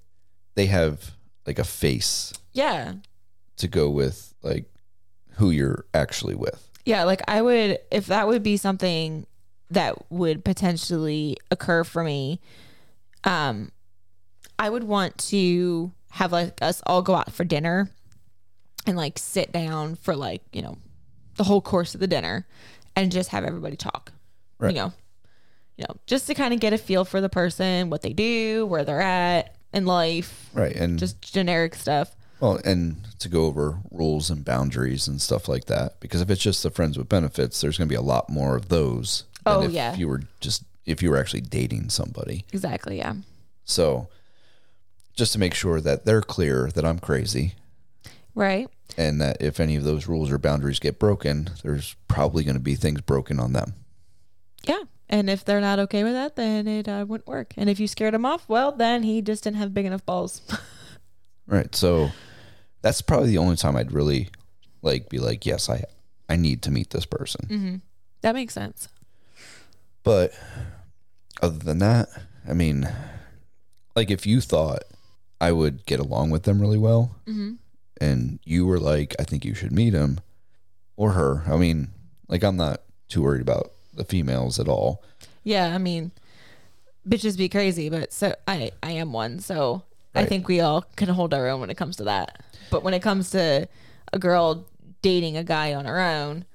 Speaker 2: they have like a face
Speaker 1: Yeah.
Speaker 2: to go with like who you're actually with.
Speaker 1: Yeah, like I would if that would be something that would potentially occur for me, um I would want to have like us all go out for dinner and like sit down for like, you know, the whole course of the dinner and just have everybody talk.
Speaker 2: Right.
Speaker 1: You know. You know, just to kind of get a feel for the person, what they do, where they're at in life,
Speaker 2: Right. And just
Speaker 1: just generic stuff.
Speaker 2: well and to go over rules and boundaries and stuff like that. Because if it's just the friends with benefits, there's gonna be a lot more of those than
Speaker 1: Oh,
Speaker 2: if
Speaker 1: yeah.
Speaker 2: you were just if you were actually dating somebody.
Speaker 1: Exactly, yeah.
Speaker 2: So just to make sure that they're clear that I'm crazy
Speaker 1: Right?
Speaker 2: and that if any of those rules or boundaries get broken, there's probably going to be things broken on them.
Speaker 1: Yeah. And if they're not okay with that, then it uh, wouldn't work. And if you scared him off, well, then he just didn't have big enough balls.
Speaker 2: Right. So that's probably the only time I'd really like be like, yes, I I need to meet this person.
Speaker 1: that makes sense.
Speaker 2: But other than that, I mean, like if you thought I would get along with them really well, and you were like, I think you should meet him or her. I mean, like I'm not too worried about the females at all.
Speaker 1: Yeah, I mean, bitches be crazy, but so I I am one, so I
Speaker 2: Right.
Speaker 1: think we all can hold our own when it comes to that. But when it comes to a girl dating a guy on her own,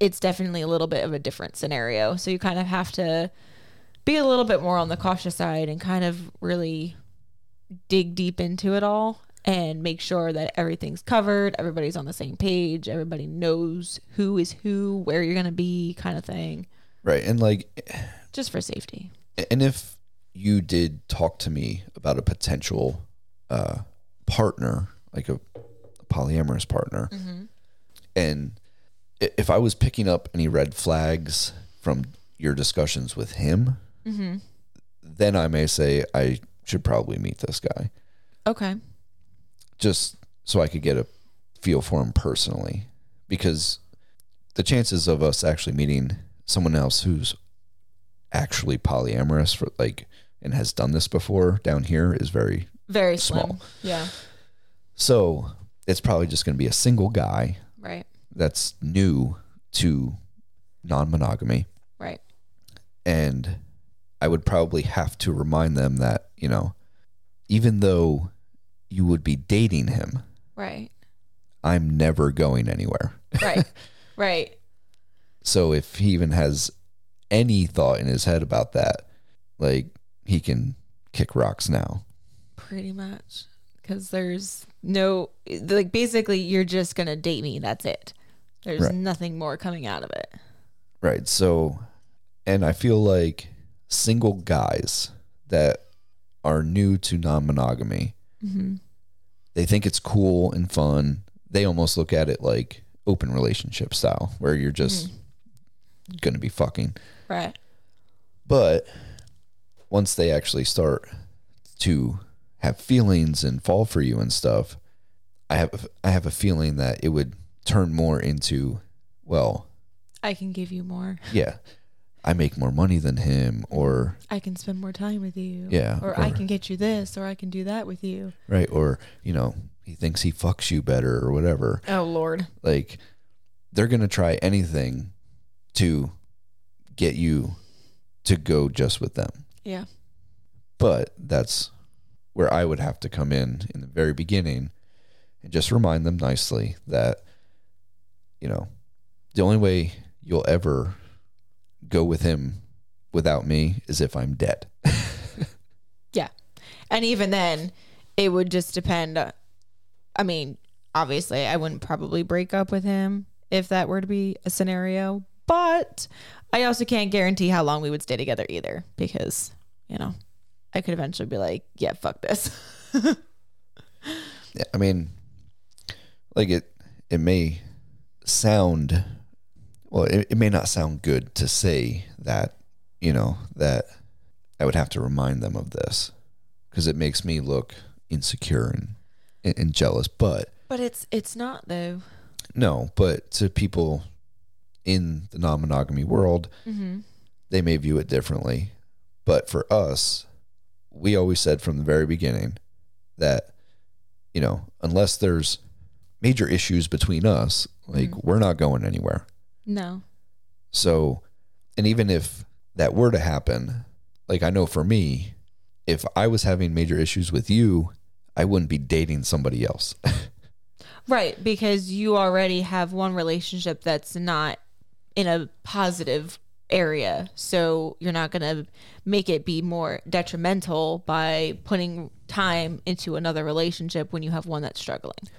Speaker 1: it's definitely a little bit of a different scenario. So you kind of have to be a little bit more on the cautious side and kind of really dig deep into it all and make sure that everything's covered, everybody's on the same page, everybody knows who is who, where you're going to be kind of thing,
Speaker 2: Right. And like
Speaker 1: just for safety.
Speaker 2: and if you did talk to me about a potential uh, partner, like a, polyamorous partner, and i- if I was picking up any red flags from your discussions with him, then I may say I should probably meet this guy
Speaker 1: Okay.
Speaker 2: just so I could get a feel for him personally, because the chances of us actually meeting someone else who's actually polyamorous for like and has done this before down here is very
Speaker 1: Very
Speaker 2: Small.
Speaker 1: slim. Yeah.
Speaker 2: so it's probably just going to be a single guy
Speaker 1: Right.
Speaker 2: that's new to non-monogamy
Speaker 1: Right.
Speaker 2: and i would probably have to remind them that you know even though you would be dating him
Speaker 1: Right.
Speaker 2: i'm never going anywhere
Speaker 1: Right. right.
Speaker 2: So if he even has any thought in his head about that, like he can kick rocks now.
Speaker 1: Pretty much. Because there's no, like, basically, you're just going to date me. That's it. There's
Speaker 2: Right.
Speaker 1: nothing more coming out of it.
Speaker 2: Right. So, and I feel like single guys that are new to non monogamy, they think it's cool and fun. They almost look at it like open relationship style, where you're just going to be fucking.
Speaker 1: Right.
Speaker 2: But once they actually start to have feelings and fall for you and stuff, I have I have a feeling that it would turn more into, well,
Speaker 1: I can give you more.
Speaker 2: yeah, I make more money than him, or
Speaker 1: I can spend more time with you.
Speaker 2: Yeah,
Speaker 1: Or, I
Speaker 2: or-
Speaker 1: can get you this, or I can do that with you.
Speaker 2: right, or you know, he thinks he fucks you better or whatever.
Speaker 1: Oh, Lord.
Speaker 2: Like they're gonna try anything to get you to go just with them.
Speaker 1: Yeah.
Speaker 2: But that's where I would have to come in in the very beginning and just remind them nicely that, you know, the only way you'll ever go with him without me is if I'm dead.
Speaker 1: Yeah. And even then, it would just depend. uh, I mean, obviously, I wouldn't probably break up with him if that were to be a scenario, but I also can't guarantee how long we would stay together either because, you know, I could eventually be like, yeah, fuck this.
Speaker 2: Yeah, I mean, like it, it may sound, well, it, it may not sound good to say that, you know, that I would have to remind them of this because it makes me look insecure and, and, and jealous. But
Speaker 1: But it's it's not though.
Speaker 2: no, but to people in the non monogamy world,
Speaker 1: Mm-hmm.
Speaker 2: they may view it differently. But for us, we always said from the very beginning that, you know, unless there's major issues between us, like we're not going anywhere.
Speaker 1: No.
Speaker 2: So, and even if that were to happen, like I know for me, if I was having major issues with you, I wouldn't be dating somebody else.
Speaker 1: Right, because you already have one relationship that's not in a positive area. So you're not going to make it be more detrimental by putting time into another relationship when you have one that's struggling.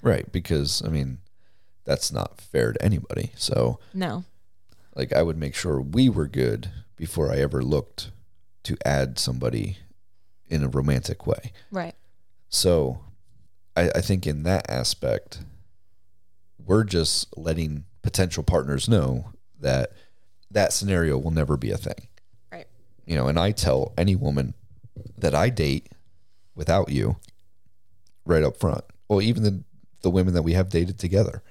Speaker 2: right. Because, I mean, that's not fair to anybody. So,
Speaker 1: No.
Speaker 2: like I would make sure we were good before I ever looked to add somebody in a romantic way.
Speaker 1: Right.
Speaker 2: So I, I think in that aspect, we're just letting potential partners know that that scenario will never be a thing.
Speaker 1: Right.
Speaker 2: You know, and I tell any woman that I date without you right up front. Well, even the, the women that we have dated together.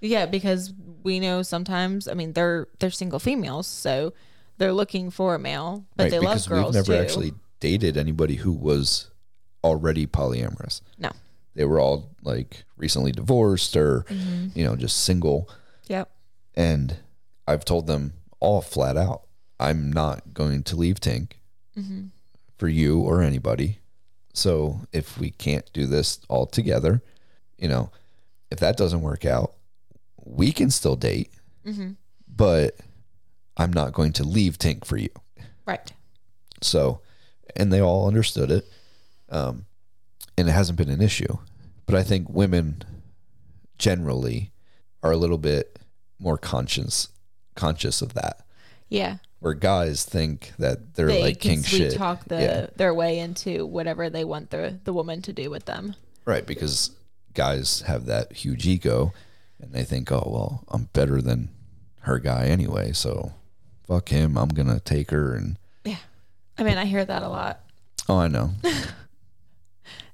Speaker 1: Yeah, because we know sometimes, I mean, they're they're single females, so they're looking for a male, but they love girls
Speaker 2: we've never
Speaker 1: too.
Speaker 2: actually dated anybody who was already polyamorous.
Speaker 1: no.
Speaker 2: They were all like recently divorced or
Speaker 1: Mm-hmm.
Speaker 2: you know just single.
Speaker 1: Yep.
Speaker 2: And I've told them all flat out, I'm not going to leave Tink
Speaker 1: Mm-hmm.
Speaker 2: for you or anybody. So if we can't do this all together, you know, if that doesn't work out, we can still date,
Speaker 1: Mm-hmm.
Speaker 2: but I'm not going to leave Tink for you.
Speaker 1: Right.
Speaker 2: So, and they all understood it. Um, and it hasn't been an issue. But I think women generally are a little bit more conscious conscious of that.
Speaker 1: Yeah.
Speaker 2: Where guys think that they're
Speaker 1: they
Speaker 2: like
Speaker 1: can
Speaker 2: king
Speaker 1: sweet
Speaker 2: shit.
Speaker 1: talk the,
Speaker 2: Yeah.
Speaker 1: their way into whatever they want the, the woman to do with them.
Speaker 2: Right, because guys have that huge ego and they think, "Oh, well, I'm better than her guy anyway, so fuck him, I'm going to take her and
Speaker 1: Yeah. I mean, I hear that a lot.
Speaker 2: oh, I know.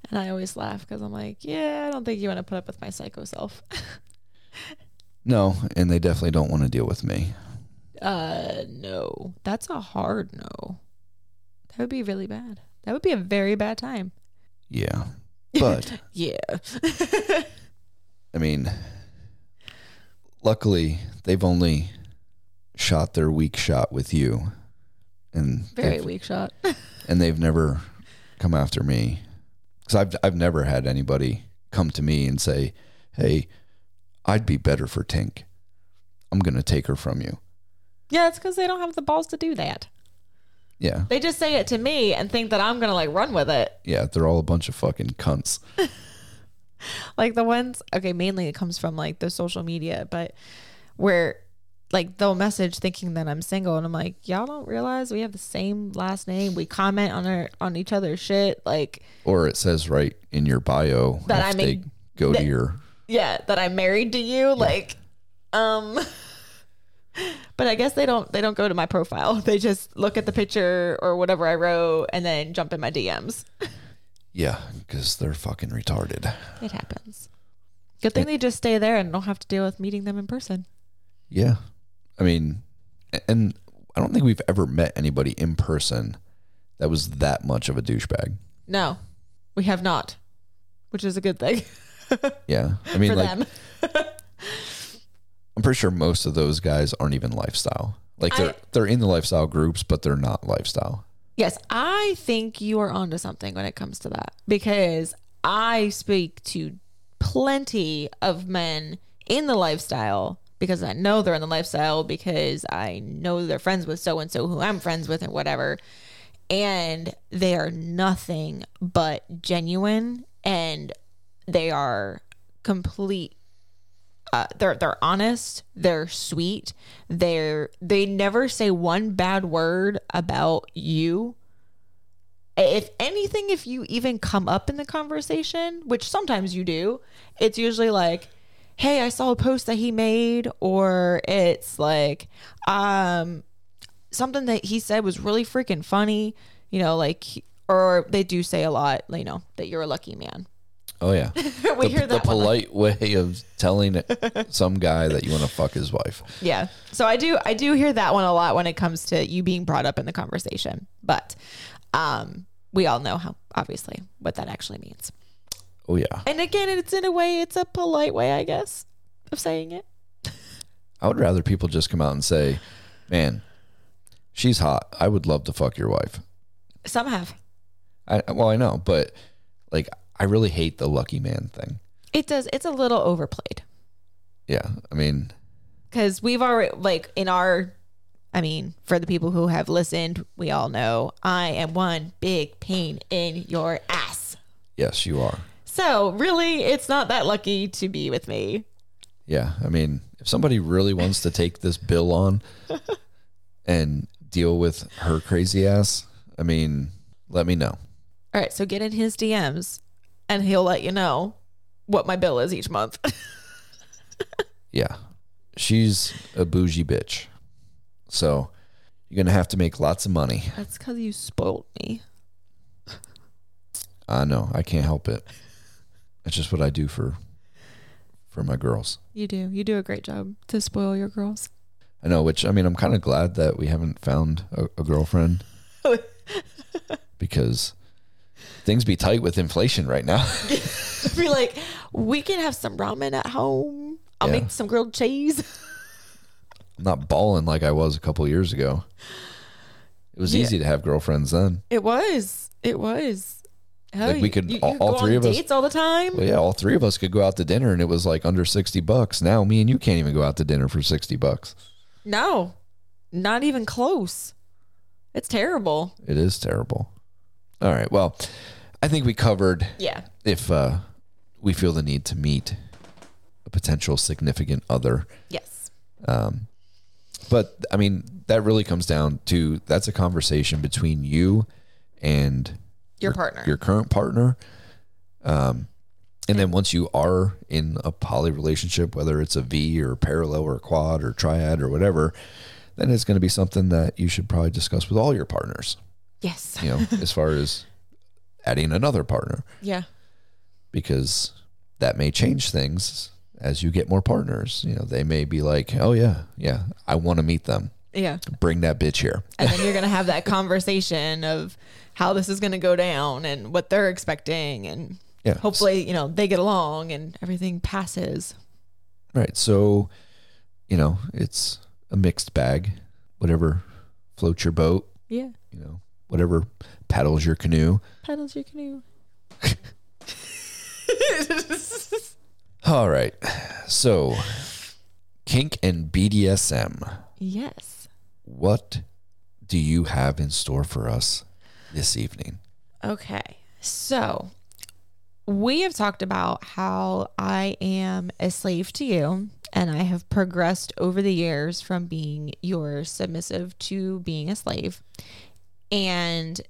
Speaker 1: And I always laugh because I'm like, yeah, I don't think you want to put up with my psycho self.
Speaker 2: no, and they definitely don't want to deal with me."
Speaker 1: uh, no. That's a hard no. That would be really bad. That would be a very bad time.
Speaker 2: Yeah. But
Speaker 1: Yeah.
Speaker 2: I mean, luckily they've only shot their weak shot with you, and
Speaker 1: Very
Speaker 2: they've,
Speaker 1: weak shot.
Speaker 2: and they've never come after me because I've I've never had anybody come to me and say, "Hey, I'd be better for Tink. I'm gonna take her from you."
Speaker 1: yeah, it's because they don't have the balls to do that.
Speaker 2: Yeah,
Speaker 1: They just say it to me and think that I'm going to like run with it.
Speaker 2: yeah, they're all a bunch of fucking cunts.
Speaker 1: like the ones okay mainly it comes from like the social media but where like they'll message thinking that i'm single and i'm like y'all don't realize we have the same last name we comment on our on each other's shit like
Speaker 2: Or it says right in your bio
Speaker 1: That
Speaker 2: if
Speaker 1: I'm
Speaker 2: they
Speaker 1: in-
Speaker 2: go
Speaker 1: that-
Speaker 2: to your
Speaker 1: yeah that i'm married to you like um but i guess they don't they don't go to my profile they just look at the picture or whatever i wrote and then jump in my dms
Speaker 2: yeah because they're fucking retarded.
Speaker 1: it happens good thing they just stay there and don't have to deal with meeting them in person
Speaker 2: Yeah. I mean, a- and I don't think we've ever met anybody in person that was that much of a douchebag.
Speaker 1: no we have not which is a good thing
Speaker 2: Yeah. I mean,
Speaker 1: for
Speaker 2: like,
Speaker 1: them.
Speaker 2: I'm pretty sure most of those guys aren't even lifestyle. Like they're
Speaker 1: I-
Speaker 2: they're in the lifestyle groups, but they're not lifestyle.
Speaker 1: Yes, I think you are onto something when it comes to that because I speak to plenty of men in the lifestyle because I know they're in the lifestyle because I know they're friends with so and so who I'm friends with and whatever. And they are nothing but genuine and they are complete uh, they're they're honest, they're sweet, they're they never say one bad word about you. If anything, if you even come up in the conversation, which sometimes you do, it's usually like, "Hey, I saw a post that he made," or it's like, um, something that he said was really freaking funny, you know, like, or they do say a lot, you know, that you're a lucky man.
Speaker 2: Oh yeah,
Speaker 1: we
Speaker 2: the,
Speaker 1: hear that
Speaker 2: the
Speaker 1: one a lot.
Speaker 2: polite way of telling some guy that you want to fuck his wife.
Speaker 1: Yeah. So I do I do hear that one a lot when it comes to you being brought up in the conversation. But um we all know how obviously what that actually means.
Speaker 2: Oh yeah,
Speaker 1: And again, it's in a way it's a polite way, I guess, of saying it.
Speaker 2: I would rather people just come out and say, "Man, she's hot. I would love to fuck your wife."
Speaker 1: Some have.
Speaker 2: I well, I know, but like I really hate the lucky man thing.
Speaker 1: It does it's a little overplayed.
Speaker 2: Yeah, I mean,
Speaker 1: Cause we've already like in our I mean, for the people who have listened, we all know I am one big pain in your ass.
Speaker 2: yes, you are.
Speaker 1: So really it's not that lucky to be with me.
Speaker 2: Yeah, I mean, if somebody really wants to take this bill on and deal with her crazy ass, I mean, let me know.
Speaker 1: All right, so get in his DMs and he'll let you know what my bill is each month.
Speaker 2: Yeah, she's a bougie bitch, so you're gonna have to make lots of money.
Speaker 1: That's because you spoiled me.
Speaker 2: I know. I can't help it. That's just what I do for for my girls.
Speaker 1: You do. You do a great job to spoil your girls.
Speaker 2: I know, which I mean, I'm kind of glad that we haven't found a, a girlfriend because things be tight with inflation right now.
Speaker 1: Be like, we can have some ramen at home. I'll
Speaker 2: Yeah.
Speaker 1: make some grilled cheese.
Speaker 2: I'm not balling like I was a couple years ago. It was
Speaker 1: Yeah.
Speaker 2: easy to have girlfriends then.
Speaker 1: It was. It was. Hell,
Speaker 2: Like, we could- all-
Speaker 1: go
Speaker 2: all
Speaker 1: on
Speaker 2: three of us-
Speaker 1: dates all the time.
Speaker 2: Well, yeah, all three of us could go out to dinner and it was like under 60 bucks. Now me and you can't even go out to dinner for 60 bucks.
Speaker 1: No, not even close. It's terrible.
Speaker 2: It is terrible. All right. Well, I think we covered
Speaker 1: Yeah.
Speaker 2: if uh, we feel the need to meet a potential significant other.
Speaker 1: Yes.
Speaker 2: But I mean, that really comes down to that's a conversation between you and
Speaker 1: Your partner.
Speaker 2: your current partner. Um, and then once you are in a poly relationship, whether it's a V or parallel or quad or triad or whatever, then it's going to be something that you should probably discuss with all your partners,
Speaker 1: yes.
Speaker 2: you know, as far as adding another partner.
Speaker 1: Yeah.
Speaker 2: because that may change things as you get more partners. You know, they may be like, "Oh yeah, yeah, I want to meet them.
Speaker 1: Yeah.
Speaker 2: Bring that bitch here."
Speaker 1: and then you're gonna have that conversation of how this is gonna go down and what they're expecting and
Speaker 2: Yeah.
Speaker 1: hopefully you know they get along and everything passes
Speaker 2: Right. So, you know, it's a mixed bag. Whatever floats your boat,
Speaker 1: yeah
Speaker 2: you know, whatever paddles your canoe.
Speaker 1: paddles your canoe
Speaker 2: All right. So, kink and BDSM.
Speaker 1: yes
Speaker 2: What do you have in store for us this evening?
Speaker 1: okay so we have talked about how i am a slave to you and i have progressed over the years from being your submissive to being a slave and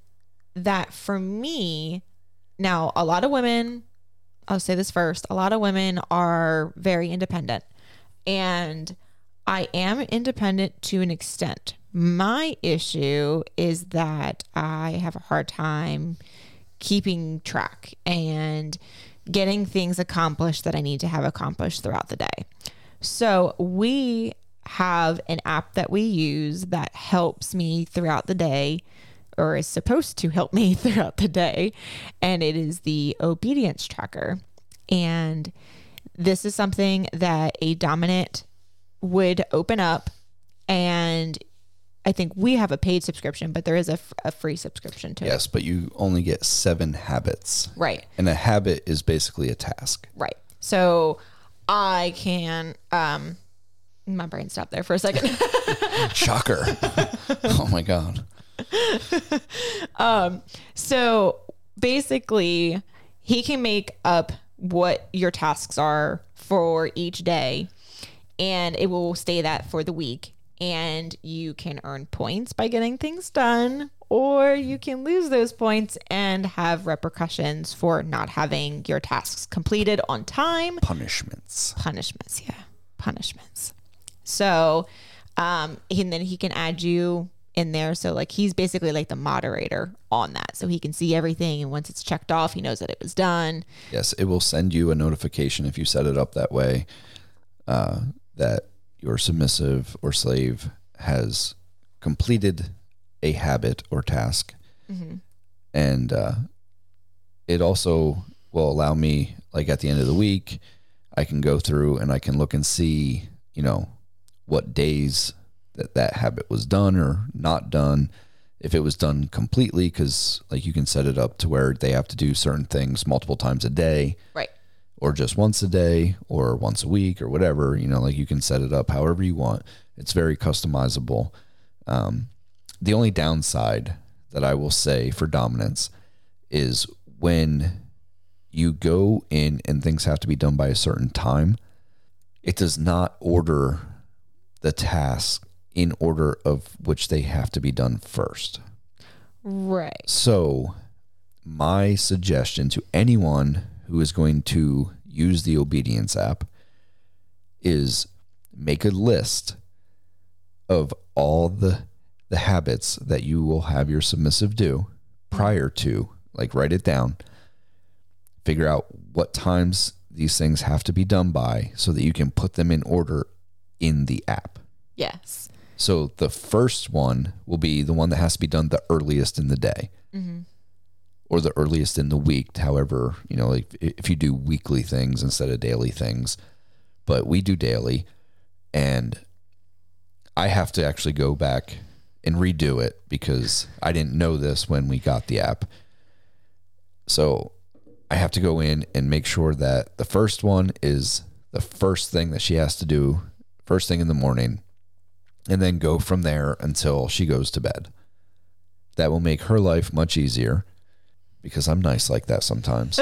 Speaker 1: that for me now a lot of women i'll say this first a lot of women are very independent and i am independent to an extent my issue is that i have a hard time keeping track and getting things accomplished that i need to have accomplished throughout the day so we have an app that we use that helps me throughout the day or is supposed to help me throughout the day. And it is the obedience tracker. And this is something that a dominant would open up. And I think we have a paid subscription, but there is a, f- a free subscription to it.
Speaker 2: Yes, but you only get seven habits.
Speaker 1: Right.
Speaker 2: And a habit is basically a task.
Speaker 1: Right. So I can um my brain stopped there for a second.
Speaker 2: Shocker. oh my God.
Speaker 1: So basically, he can make up what your tasks are for each day, and it will stay that for the week. And you can earn points by getting things done, or you can lose those points and have repercussions for not having your tasks completed on time.
Speaker 2: Punishments.
Speaker 1: Punishments, yeah, punishments. So, um, and then he can add you in there. So like he's basically like the moderator on that. So he can see everything, and once it's checked off, he knows that it was done.
Speaker 2: Yes, it will send you a notification if you set it up that way uh, that your submissive or slave has completed a habit or task. And uh, it also will allow me, like at the end of the week, I can go through and I can look and see, you know, what days that that habit was done or not done. If it was done completely, because like you can set it up to where they have to do certain things multiple times a day
Speaker 1: Right.
Speaker 2: or just once a day or once a week or whatever. You know, like you can set it up however you want. It's very customizable. Um, the only downside that I will say for dominance is when you go in and things have to be done by a certain time, it does not order the task in order of which they have to be done first.
Speaker 1: Right.
Speaker 2: So, my suggestion to anyone who is going to use the obedience app is make a list of all the the habits that you will have your submissive do prior to like write it down figure out what times these things have to be done by so that you can put them in order in the app
Speaker 1: Yes.
Speaker 2: so the first one will be the one that has to be done the earliest in the day,
Speaker 1: Mm-hmm.
Speaker 2: or the earliest in the week. However, you know, like i- if you do weekly things instead of daily things, but we do daily, and I have to actually go back and redo it because I didn't know this when we got the app. So I have to go in and make sure that the first one is the first thing that she has to do first thing in the morning and then go from there until she goes to bed. That will make her life much easier because I'm nice like that sometimes.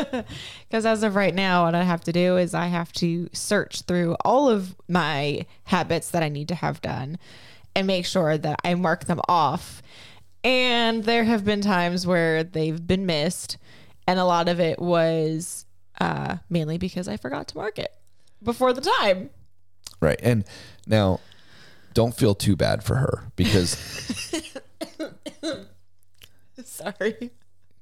Speaker 1: Because as of right now, what I have to do is I have to search through all of my habits that I need to have done and make sure that I mark them off. And there have been times where they've been missed, and a lot of it was uh, mainly because I forgot to mark it before the time.
Speaker 2: right. And now don't feel too bad for her because
Speaker 1: Sorry.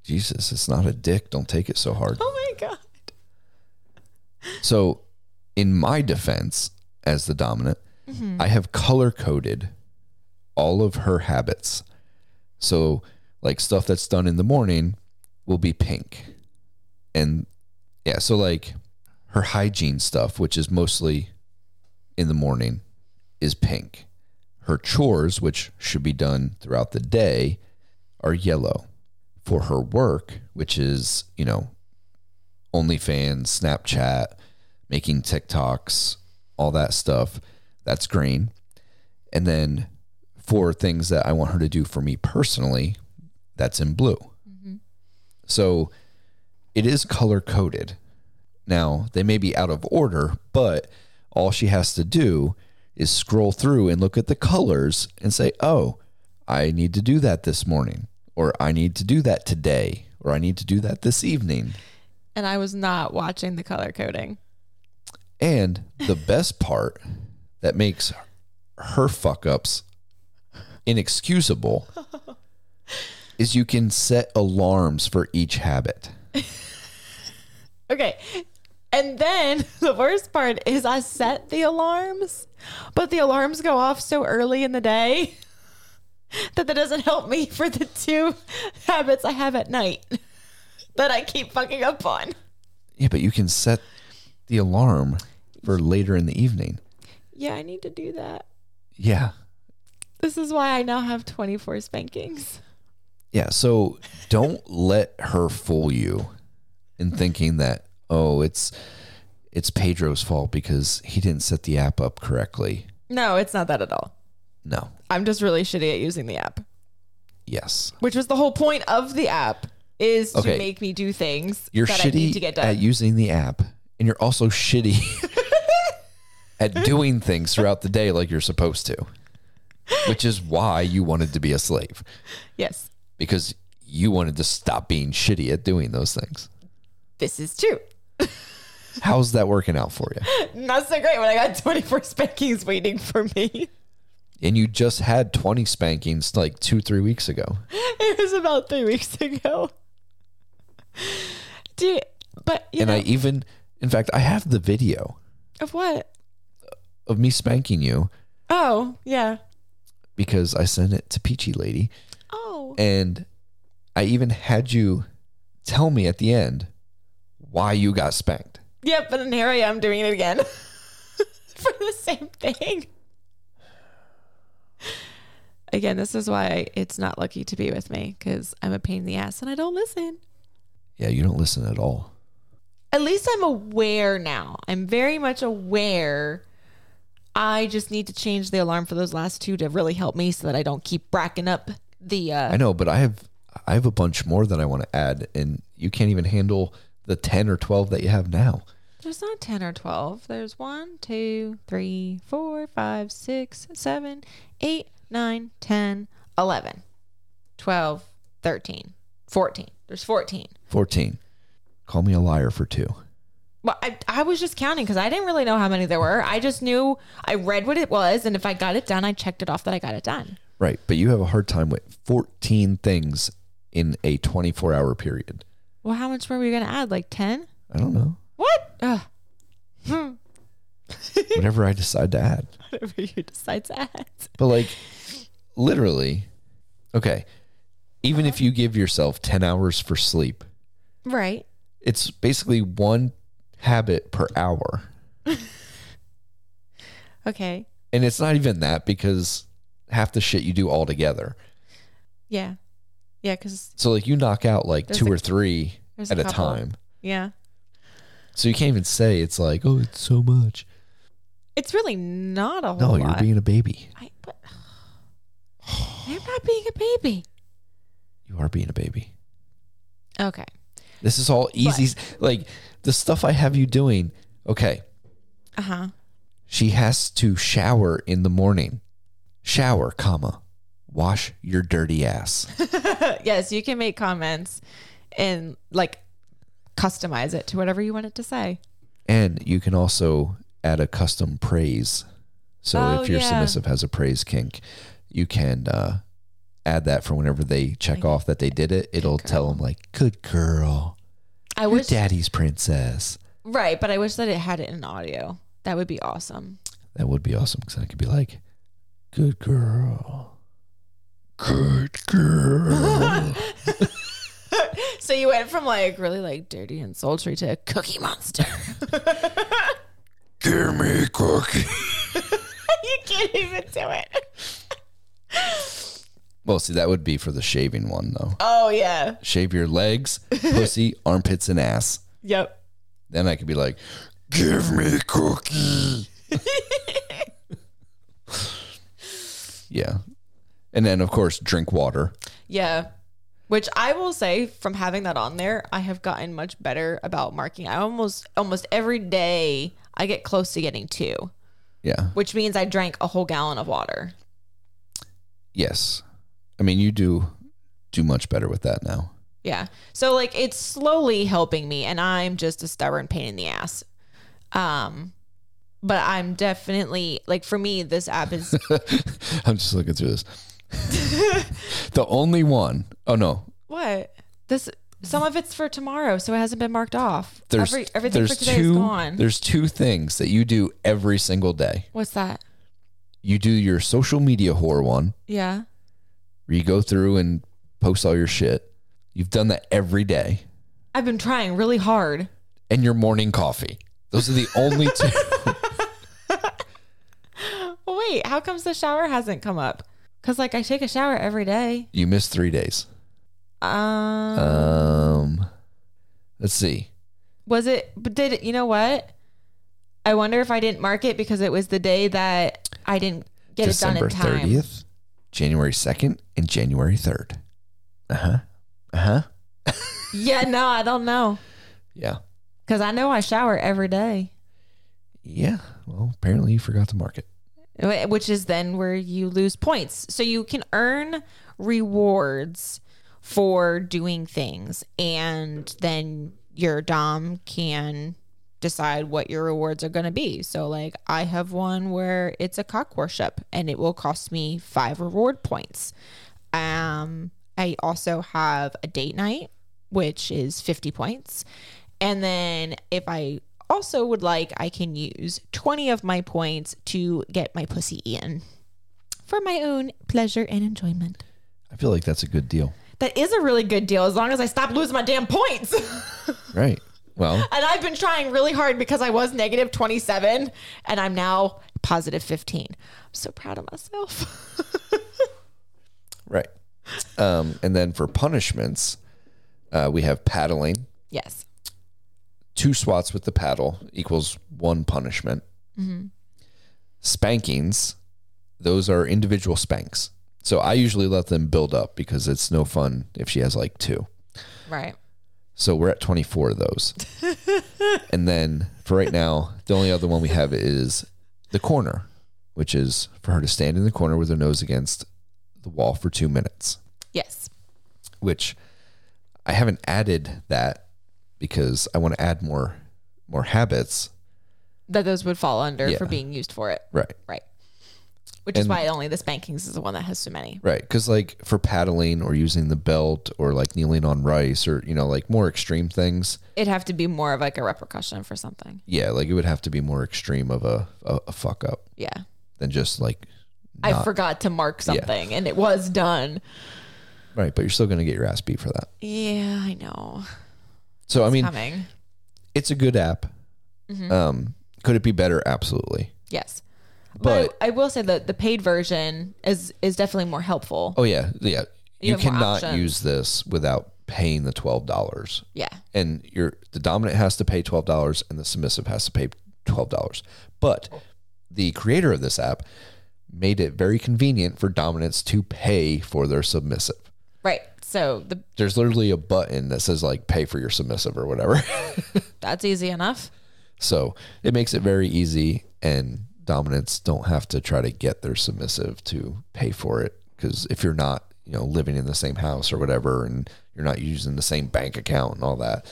Speaker 2: Jesus, it's not a dick. Don't take it so hard.
Speaker 1: Oh my God.
Speaker 2: So, in my defense as the dominant, I have color coded all of her habits. So, like stuff that's done in the morning will be pink. And yeah, so like her hygiene stuff, which is mostly in the morning, is pink. Her chores, which should be done throughout the day, are yellow. For her work, which is, you know, OnlyFans, Snapchat, making TikToks, all that stuff. That's green. And then for things that I want her to do for me personally, that's in blue. So it is color coded. Now, they may be out of order, but all she has to do is scroll through and look at the colors and say, oh, I need to do that this morning, or I need to do that today, or I need to do that this evening.
Speaker 1: And I was not watching the color coding.
Speaker 2: And the best part that makes her fuck ups inexcusable is you can set alarms for each habit.
Speaker 1: Okay. And then the worst part is I set the alarms, but the alarms go off so early in the day that that doesn't help me for the two habits I have at night that I keep fucking up on.
Speaker 2: Yeah, but you can set the alarm for later in the evening.
Speaker 1: Yeah, I need to do that.
Speaker 2: Yeah.
Speaker 1: This is why I now have 24 spankings.
Speaker 2: Yeah. So don't let her fool you in thinking that, oh, it's it's Pedro's fault because he didn't set the app up correctly.
Speaker 1: No, it's not that at all.
Speaker 2: No.
Speaker 1: I'm just really shitty at using the app,
Speaker 2: Yes.
Speaker 1: which was the whole point of the app is
Speaker 2: Okay.
Speaker 1: to make me do things
Speaker 2: You're
Speaker 1: that
Speaker 2: shitty
Speaker 1: I need to get done.
Speaker 2: at using the app, and you're also shitty at doing things throughout the day like you're supposed to, which is why you wanted to be a slave
Speaker 1: yes,
Speaker 2: because you wanted to stop being shitty at doing those things.
Speaker 1: this is true.
Speaker 2: How's that working out for you?
Speaker 1: Not so great when I got 24 spankings waiting for me.
Speaker 2: And you just had 20 spankings like two, three weeks ago.
Speaker 1: It was about three weeks ago. Dude, but you
Speaker 2: And
Speaker 1: know,
Speaker 2: I even, in fact, I have the video
Speaker 1: of what?
Speaker 2: of me spanking you
Speaker 1: Oh, yeah.
Speaker 2: because I sent it to Peachy Lady.
Speaker 1: Oh,
Speaker 2: And I even had you tell me at the end why you got spanked.
Speaker 1: yep. But then here I am doing it again for the same thing. Again, this is why it's not lucky to be with me because I'm a pain in the ass and I don't listen.
Speaker 2: Yeah, you don't listen at all.
Speaker 1: At least I'm aware now. I'm very much aware. I just need to change the alarm for those last two to really help me so that I don't keep racking up the uh,
Speaker 2: I know, but I have I have a bunch more that I want to add and you can't even handle the 10 or 12 that you have now.
Speaker 1: There's not 10 or 12. There's one, two, three, four, five, six, seven, eight, nine, 10, 11, 12, 13, 14. There's 14.
Speaker 2: 14. Call me a liar for 2.
Speaker 1: Well, I, I was just counting because I didn't really know how many there were. I just knew I read what it was, and if I got it done, I checked it off that I got it done.
Speaker 2: Right, but you have a hard time with 14 things in a 24-hour period.
Speaker 1: Well, how much were we going to add? Like 10?
Speaker 2: I don't know.
Speaker 1: What? Ugh,
Speaker 2: Whatever I decide to add.
Speaker 1: whatever you decide to add.
Speaker 2: But like literally okay, even if you give yourself 10 hours for sleep,
Speaker 1: Right.
Speaker 2: it's basically one habit per hour.
Speaker 1: Okay.
Speaker 2: And it's not even that because half the shit you do all together.
Speaker 1: Yeah. Yeah, because,
Speaker 2: So like you knock out like
Speaker 1: There's
Speaker 2: two
Speaker 1: a-
Speaker 2: or three
Speaker 1: there's
Speaker 2: at
Speaker 1: a
Speaker 2: a,
Speaker 1: couple.
Speaker 2: time.
Speaker 1: yeah.
Speaker 2: So you can't even say it's like, oh, it's so much.
Speaker 1: It's really not a
Speaker 2: No,
Speaker 1: whole
Speaker 2: you're
Speaker 1: lot.
Speaker 2: being a baby.
Speaker 1: I, but I'm not being a baby.
Speaker 2: You are being a baby.
Speaker 1: Okay.
Speaker 2: This is all easy. Like the stuff I have you doing. Okay.
Speaker 1: Uh huh.
Speaker 2: She has to shower in the morning. Shower, comma, wash your dirty ass.
Speaker 1: yes, you can make comments and like customize it to whatever you want it to say.
Speaker 2: And you can also add a custom praise. So
Speaker 1: Oh,
Speaker 2: if your
Speaker 1: yeah.
Speaker 2: submissive has a praise kink, you can uh, add that for whenever they check off that they did it. It'll tell them like, "Good girl,
Speaker 1: I
Speaker 2: your
Speaker 1: wish
Speaker 2: daddy's princess."
Speaker 1: right, but I wish that it had it in audio. That would be awesome.
Speaker 2: That would be awesome because I could be like, "Good girl, good girl."
Speaker 1: So you went from like really like dirty and sultry to Cookie Monster.
Speaker 2: Give me cookie.
Speaker 1: you can't even do it.
Speaker 2: Well, see, that would be for the shaving one though.
Speaker 1: Oh yeah.
Speaker 2: Shave your legs, pussy, armpits, and ass.
Speaker 1: Yep.
Speaker 2: Then I could be like, give me cookie. yeah. And then, of course, drink water.
Speaker 1: Yeah. Which I will say from having that on there, I have gotten much better about marking. I almost almost every day I get close to getting two,
Speaker 2: Yeah.
Speaker 1: which means I drank a whole gallon of water.
Speaker 2: Yes. I mean, you do do much better with that now.
Speaker 1: Yeah. So like it's slowly helping me and I'm just a stubborn pain in the ass. Um but I'm definitely like for me this app is
Speaker 2: I'm just looking through this. the only one, oh no,
Speaker 1: what? This some of it's for tomorrow, so it hasn't been marked off.
Speaker 2: there's
Speaker 1: Every, everything
Speaker 2: there's
Speaker 1: for today
Speaker 2: two
Speaker 1: is gone.
Speaker 2: there's two things that you do every single day.
Speaker 1: What's that?
Speaker 2: You do your social media whore one,
Speaker 1: Yeah.
Speaker 2: where you go through and post all your shit. You've done that every day.
Speaker 1: I've been trying really hard.
Speaker 2: and your morning coffee. Those are the only two.
Speaker 1: Well, wait, how comes the shower hasn't come up? Because, like, I take a shower every day.
Speaker 2: you missed three days.
Speaker 1: Um,
Speaker 2: Um, let's see.
Speaker 1: was it, but did it, you know what? I wonder if I didn't mark it because it was the day that I didn't get
Speaker 2: December
Speaker 1: it done in time.
Speaker 2: 30th, January 2nd, and January 3rd. Uh huh. Uh huh.
Speaker 1: Yeah, no, I don't know.
Speaker 2: Yeah.
Speaker 1: Because I know I shower every day,
Speaker 2: Yeah. Well, apparently you forgot to mark it.
Speaker 1: wh- which is then where you lose points. So you can earn rewards for doing things, and then your Dom can decide what your rewards are going to be. So, like, I have one where it's a cock worship, and it will cost me five reward points. Um, I also have a date night, which is 50 points. And then if I also would like, I can use 20 of my points to get my pussy eaten for my own pleasure and enjoyment.
Speaker 2: I feel like that's a good deal.
Speaker 1: That is a really good deal as long as I stop losing my damn points.
Speaker 2: Right. Well,
Speaker 1: and I've been trying really hard because I was negative 27 and I'm now positive 15. I'm so proud of myself.
Speaker 2: right. Um, and then for punishments, uh, we have paddling.
Speaker 1: yes.
Speaker 2: Two swats with the paddle equals one punishment. Spankings, those are individual spanks. So I usually let them build up because it's no fun if she has like two.
Speaker 1: Right.
Speaker 2: So we're at 24 of those. and then for right now, the only other one we have is the corner, which is for her to stand in the corner with her nose against the wall for two minutes,
Speaker 1: Yes.
Speaker 2: which I haven't added that because I want to add more more habits.
Speaker 1: That those would fall under
Speaker 2: Yeah.
Speaker 1: for being used for it.
Speaker 2: Right.
Speaker 1: Right. Which is
Speaker 2: And-
Speaker 1: why only the spankings is the one that has so many.
Speaker 2: Right. Because, like, for paddling or using the belt or like kneeling on rice or, you know, like more extreme things,
Speaker 1: It'd have to be more of like a repercussion for something.
Speaker 2: yeah, like it would have to be more extreme of a, a, a fuck up
Speaker 1: Yeah.
Speaker 2: than just like
Speaker 1: I forgot to mark something and it was done.
Speaker 2: Right, but you're still going to get your ass beat for that.
Speaker 1: Yeah, I know.
Speaker 2: So I mean,
Speaker 1: Coming.
Speaker 2: it's a good app.
Speaker 1: Mm-hmm.
Speaker 2: Um, could it be better? Absolutely.
Speaker 1: Yes. But,
Speaker 2: But
Speaker 1: I, I will say that the paid version is is definitely more helpful.
Speaker 2: oh yeah, yeah,
Speaker 1: You
Speaker 2: you,
Speaker 1: have more
Speaker 2: cannot
Speaker 1: options.
Speaker 2: use this without paying the twelve dollars,
Speaker 1: Yeah.
Speaker 2: and your the dominant has to pay twelve dollars, and the submissive has to pay twelve dollars. But the creator of this app made it very convenient for dominants to pay for their submissive.
Speaker 1: Right. So the
Speaker 2: There's literally a button that says like pay for your submissive or whatever.
Speaker 1: that's easy enough.
Speaker 2: So it makes it very easy, and dominants don't have to try to get their submissive to pay for it. Because if you're not, you know, living in the same house or whatever, and you're not using the same bank account and all that,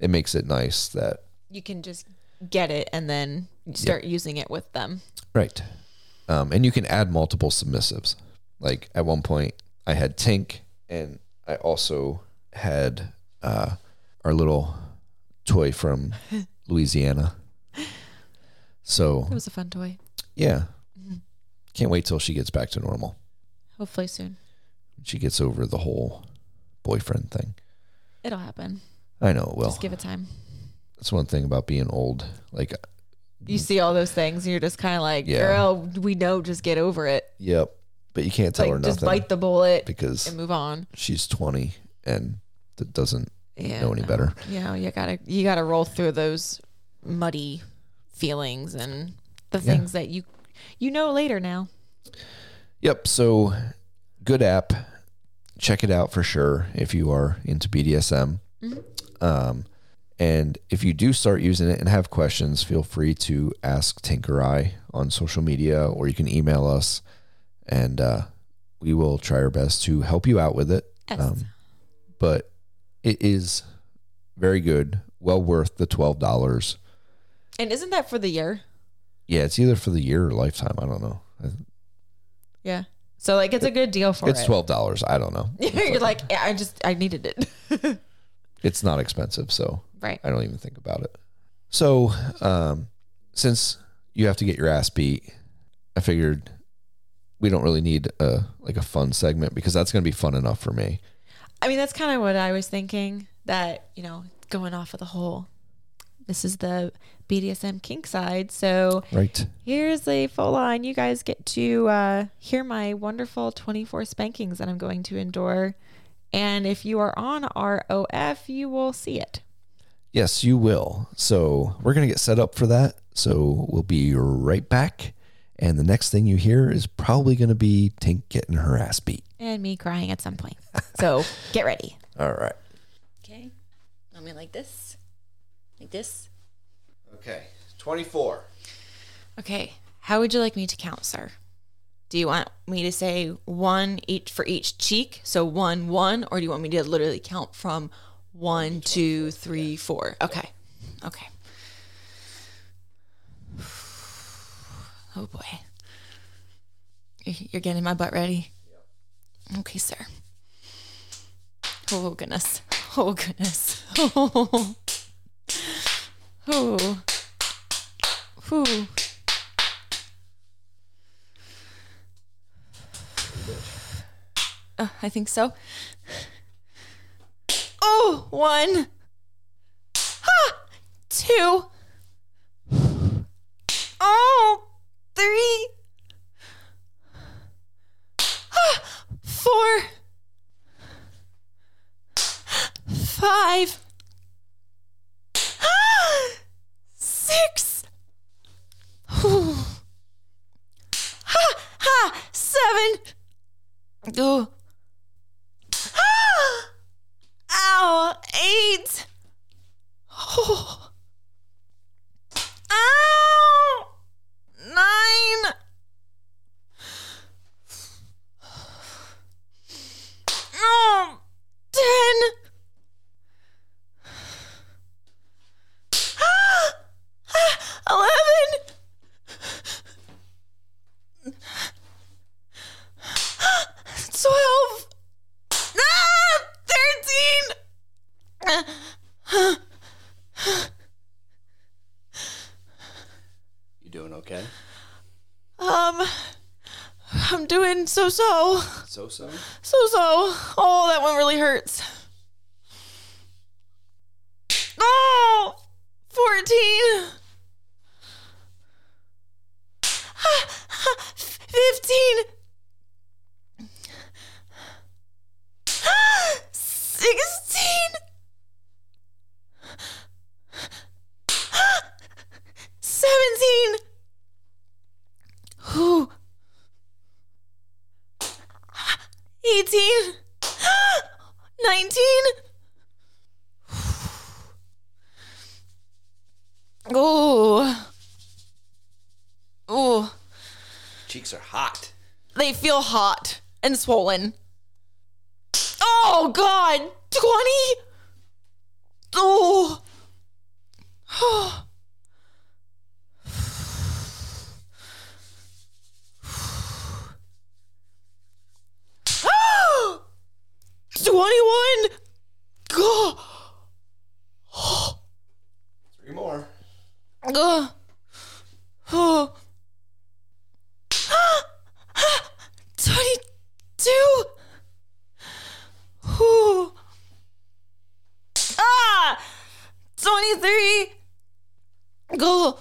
Speaker 2: it makes it nice that
Speaker 1: You can just get it and then start using it with them.
Speaker 2: right. Um, and you can add multiple submissives. Like at one point, I had Tink, and I also had uh, our little toy from Louisiana. So
Speaker 1: It was a fun toy.
Speaker 2: Yeah.
Speaker 1: Mm-hmm.
Speaker 2: Can't wait till she gets back to normal.
Speaker 1: Hopefully soon.
Speaker 2: She gets over the whole boyfriend thing.
Speaker 1: It'll happen.
Speaker 2: I know it will.
Speaker 1: Just give it time.
Speaker 2: That's one thing about being old. Like,
Speaker 1: You see all those things and you're just kind of like,
Speaker 2: Yeah.
Speaker 1: girl, we know, just get over it.
Speaker 2: yep. But you can't tell
Speaker 1: Like
Speaker 2: her
Speaker 1: just
Speaker 2: nothing
Speaker 1: bite the bullet
Speaker 2: because
Speaker 1: and move on.
Speaker 2: she's 20 and that doesn't
Speaker 1: uh, Yeah.
Speaker 2: know any better.
Speaker 1: You know, you gotta you gotta roll through those muddy feelings and the
Speaker 2: Yeah.
Speaker 1: things that you you know later now.
Speaker 2: Yep. So, good app. Check it out for sure if you are into BDSM.
Speaker 1: Mm-hmm.
Speaker 2: Um, and if you do start using it and have questions, feel free to ask Tinker Eye on social media or you can email us and uh, we will try our best to help you out with it.
Speaker 1: Yes.
Speaker 2: Um, but it is very good, well worth the $12.
Speaker 1: and isn't that for the year?
Speaker 2: Yeah, it's either for the year or lifetime. I don't know.
Speaker 1: Yeah. So like it's a good deal for
Speaker 2: It's
Speaker 1: it.
Speaker 2: $12. I don't know.
Speaker 1: You're like, yeah, I just I needed it.
Speaker 2: It's not expensive. So,
Speaker 1: right.
Speaker 2: I don't even think about it. So, um, since you have to get your ass beat, I figured we don't really need a like a fun segment because that's going to be fun enough for me.
Speaker 1: I mean that's kind of what I was thinking. That, you know, going off of the whole this is the BDSM kink side, so
Speaker 2: Right.
Speaker 1: Here's the full line. You guys get to uh, hear my wonderful 24 spankings that I'm going to endure. And if you are on ROF, you will see it.
Speaker 2: Yes, you will. So, we're going to get set up for that. So we'll be right back. And the next thing you hear is probably going to be Tink getting her ass beat.
Speaker 3: and me crying at some point. So get ready.
Speaker 2: All right.
Speaker 1: Okay. Want me like this? Like this?
Speaker 2: Okay. 24.
Speaker 1: Okay. How would you like me to count, sir? Do you want me to say one each for each cheek? So one, one, or do you want me to literally count from one, two, three, four? Okay. Okay. Oh boy. You're getting my butt ready? Okay, sir. Oh goodness. Oh goodness. Oh. Oh. Whew. Uh, I think so. Oh, one. Ha! Two. Oh, three. Ah, four. Five. Ah, Six. Whew. Ha, ha, seven. Oh. Ah! Ow! Eight! Oh. Ow! Nine! Oh, ten! Ah! Ah! Eleven! Twelve! Ah! Thirteen!
Speaker 2: You doing okay?
Speaker 1: Um, I'm doing so so.
Speaker 2: So so.
Speaker 1: So so. Oh, that one really hurts. Oh, 14. Ah, ah, 15. Ah, 16. Ah, 17. Whew. 18 19 oh oh
Speaker 2: Cheeks are hot.
Speaker 1: they feel hot and swollen oh god 20 oh Oh! 21 god
Speaker 2: Three more.
Speaker 1: Ugh. Oh. Twenty-two. Ooh. Ah. Twenty-three. Go.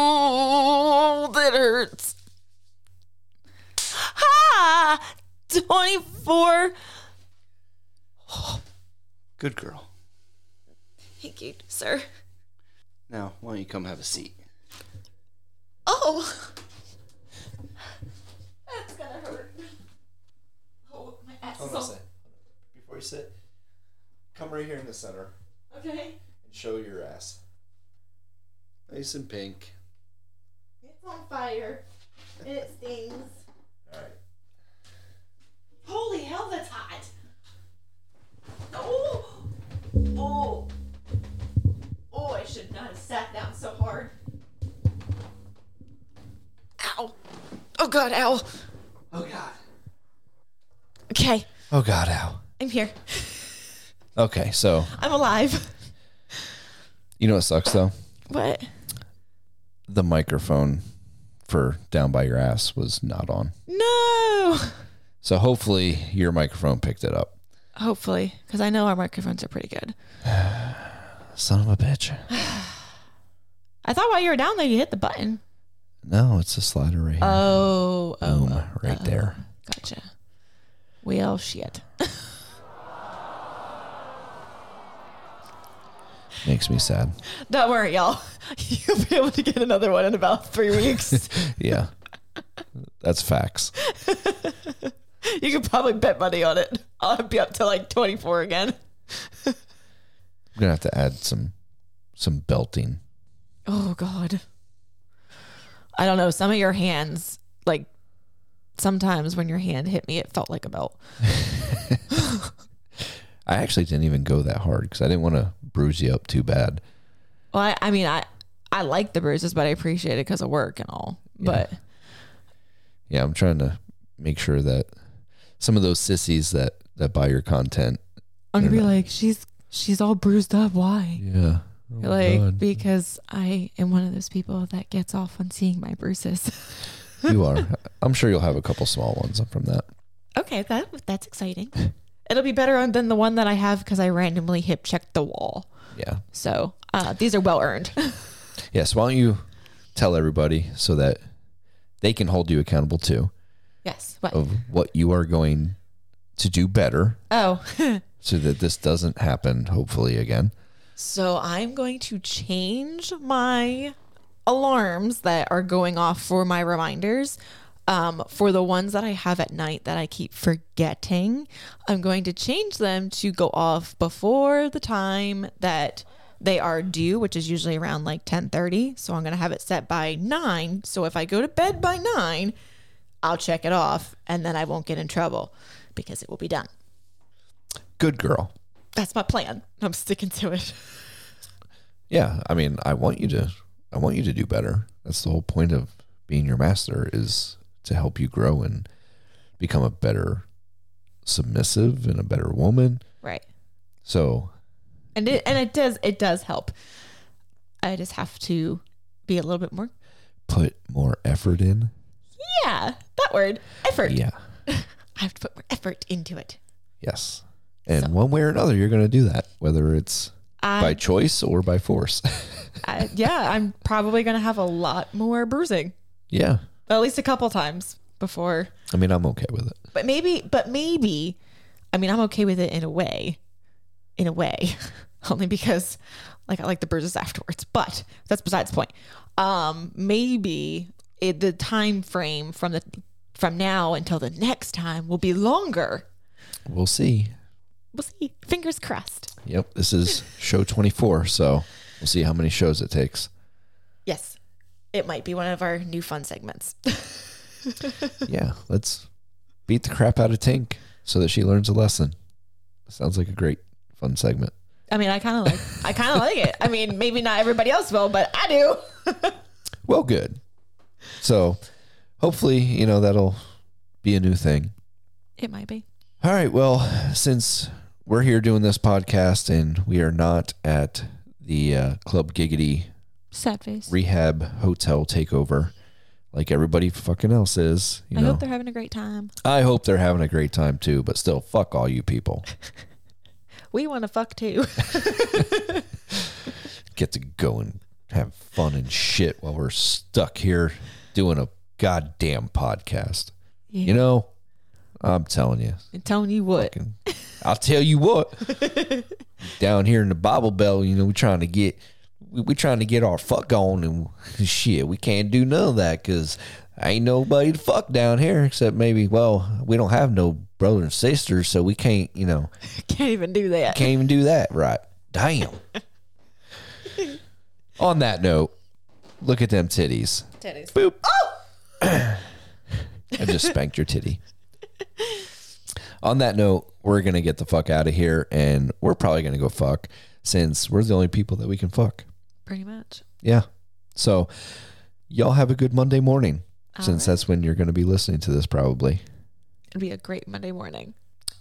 Speaker 1: Oh, that hurts. Ah, 24.
Speaker 4: Good girl.
Speaker 1: Thank you, sir.
Speaker 4: Now, why don't you come have a seat?
Speaker 1: Oh. That's gonna hurt. Oh, my ass is all-
Speaker 2: Before you sit, come right here in the center
Speaker 1: Okay.
Speaker 2: and show your ass.
Speaker 4: Nice and pink.
Speaker 3: It's on fire. And it stings.
Speaker 2: All right.
Speaker 3: Holy hell, that's hot. Oh, oh, oh! I should not have sat down so hard.
Speaker 1: Ow. Oh, God, ow.
Speaker 4: Oh, God.
Speaker 3: Okay,
Speaker 2: Oh God, ow.
Speaker 3: I'm here.
Speaker 2: Okay, so
Speaker 3: I'm alive.
Speaker 2: you know what sucks though?
Speaker 3: What?
Speaker 2: The microphone for down by your ass was not on.
Speaker 3: No.
Speaker 2: So hopefully your microphone picked it up.
Speaker 3: Hopefully, because I know our microphones are pretty good.
Speaker 2: Son of a bitch.
Speaker 3: I thought while you were down there, you hit the button.
Speaker 2: No, it's a slider right here.
Speaker 3: Oh, oh,
Speaker 2: Boom, right there.
Speaker 3: gotcha. Well, shit.
Speaker 2: Makes me sad.
Speaker 5: Don't worry, y'all. You'll be able to get another one in about three weeks.
Speaker 2: Yeah. That's facts.
Speaker 5: you could probably bet money on it. I'll be up to like 24 again.
Speaker 2: I'm gonna have to add some some belting.
Speaker 5: Oh God. I don't know. Some of your hands, like sometimes when your hand hit me, it felt like a belt.
Speaker 2: I actually didn't even go that hard because I didn't want to bruise you up too bad.
Speaker 5: Well, I, I mean, I I like the bruises, but I appreciate it because of work and all. But
Speaker 2: Yeah, I'm trying to make sure that some of those sissies that that buy your content.
Speaker 5: I'm gonna be like, she's she's all bruised up. Why?
Speaker 2: Yeah.
Speaker 1: Oh
Speaker 5: like because I am one of those people that gets off on seeing my bruises.
Speaker 2: you are. I'm sure you'll have a couple small ones from that.
Speaker 5: okay, that that's exciting. It'll be better on- than the one that I have because I randomly hip checked the wall.
Speaker 2: Yeah.
Speaker 5: So uh, these are well earned.
Speaker 2: Yeah, so why don't you tell everybody so that they can hold you accountable too
Speaker 5: yes. What?
Speaker 2: of what you are going to do better
Speaker 5: oh.
Speaker 2: so that this doesn't happen hopefully again.
Speaker 1: So I'm going to change my alarms that are going off for my reminders. Um, for the ones that I have at night that I keep forgetting, I'm going to change them to go off before the time that they are due, which is usually around like 10:30. So I'm going to have it set by nine. So if I go to bed by nine, I'll check it off, and then I won't get in trouble because it will be done.
Speaker 2: Good girl.
Speaker 1: That's my plan. I'm sticking to it.
Speaker 2: Yeah, I mean, I want you to I want you to do better. That's the whole point of being your master is to help you grow and become a better submissive and a better woman.
Speaker 1: Right.
Speaker 2: So,
Speaker 1: and it and it does it does help. I just have to be a little bit more.
Speaker 2: put more effort in.
Speaker 1: Yeah, that word effort.
Speaker 2: Yeah.
Speaker 1: I have to put more effort into it.
Speaker 2: Yes. And one way or another you're going to do that whether it's by choice or by force.
Speaker 1: I, yeah, I'm probably gonna have a lot more bruising,
Speaker 2: yeah.
Speaker 1: at least a couple times before.
Speaker 2: I mean, I'm okay with it.
Speaker 1: But maybe, but maybe, I mean, I'm okay with it in a way, in a way, only because like I like the bruises afterwards. But that's besides the point. Um, maybe it, the time frame from the from now until the next time will be longer
Speaker 2: We'll see.
Speaker 1: we'll see. Fingers crossed.
Speaker 2: Yep. This is show 24. So we'll see how many shows it takes.
Speaker 1: Yes. It might be one of our new fun segments.
Speaker 2: Yeah. Let's beat the crap out of Tink so that she learns a lesson. Sounds like a great, fun segment.
Speaker 1: I mean, I kind of like I kind of like it. I mean, maybe not everybody else will, but I do.
Speaker 2: Well, good. So hopefully, you know, that'll be a new thing.
Speaker 1: It might be.
Speaker 2: All right. Well, since we're here doing this podcast and we are not at the uh, Club Giggity
Speaker 5: Sad face.
Speaker 2: rehab hotel takeover like everybody fucking else is, you
Speaker 5: I
Speaker 2: know.
Speaker 5: hope they're having a great time.
Speaker 2: I hope they're having a great time too, but still, fuck all you people.
Speaker 1: We want to fuck too.
Speaker 2: Get to go and have fun and shit while we're stuck here doing a goddamn podcast. You know, I'm telling you,
Speaker 1: I'm telling you what.
Speaker 2: fucking- I'll tell you what. down here in the Bible Belt, you know, we're trying to get we, we trying to get our fuck on and shit. We can't do none of that because ain't nobody to fuck down here except maybe. Well, we don't have no brother and sister, so we can't. You know.
Speaker 1: Can't even do that.
Speaker 2: Can't even do that right. Damn. On that note, look at them titties.
Speaker 1: Titties.
Speaker 2: Boop. I just spanked your titty. On that note, we're gonna get the fuck out of here, and we're probably gonna go fuck since we're the only people that we can fuck.
Speaker 1: Pretty much.
Speaker 2: Yeah. So, y'all have a good Monday morning, since that's when you're gonna be listening to this probably.
Speaker 1: It'd be a great Monday morning.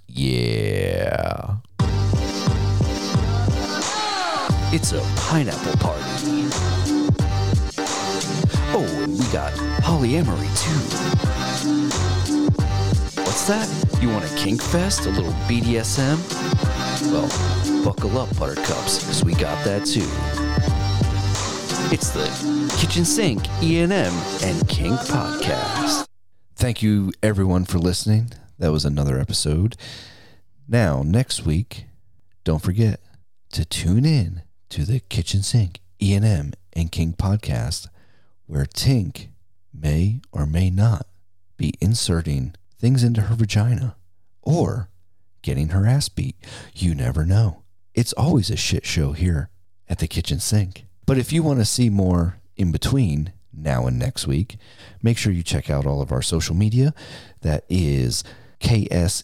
Speaker 2: Yeah.
Speaker 6: It's a pineapple party. Oh, and we got polyamory too. What's that? You want a kink fest? A little BDSM? Well, buckle up, buttercups, because we got that too. It's the Kitchen Sink, E&M, and Kink Podcast.
Speaker 2: Thank you, everyone, for listening. That was another episode. Now, next week, don't forget to tune in to the Kitchen Sink, E&M, and King podcast, where Tink may or may not be inserting things into her vagina or getting her ass beat. You never know. It's always a shit show here at the kitchen sink. But if you want to see more in between now and next week, make sure you check out all of our social media. That is KSENM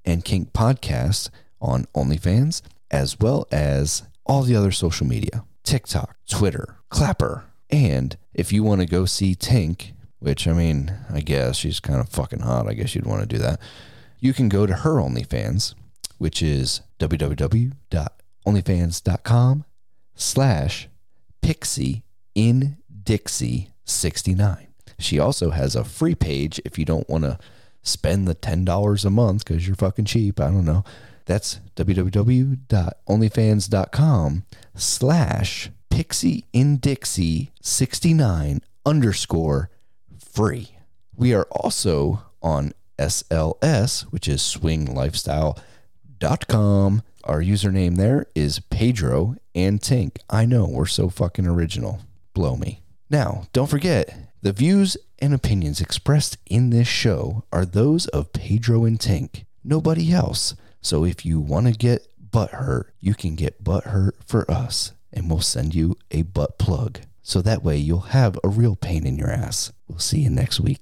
Speaker 2: and Kink Podcast on OnlyFans, as well as all the other social media TikTok, Twitter, Clapper. And if you want to go see Tink, which I mean, I guess she's kind of fucking hot. I guess you'd want to do that. You can go to her OnlyFans, which is www.onlyfans.com slash pixie in dixie 69 she also has a free page if you don't want to spend the $10 a month because you're fucking cheap i don't know that's www.onlyfans.com slash pixie in dixie 69 underscore free we are also on sls which is swing lifestyle com. Our username there is Pedro and Tink. I know we're so fucking original. Blow me. Now, don't forget the views and opinions expressed in this show are those of Pedro and Tink, nobody else. So if you want to get butt hurt, you can get butt hurt for us, and we'll send you a butt plug. So that way you'll have a real pain in your ass. We'll see you next week.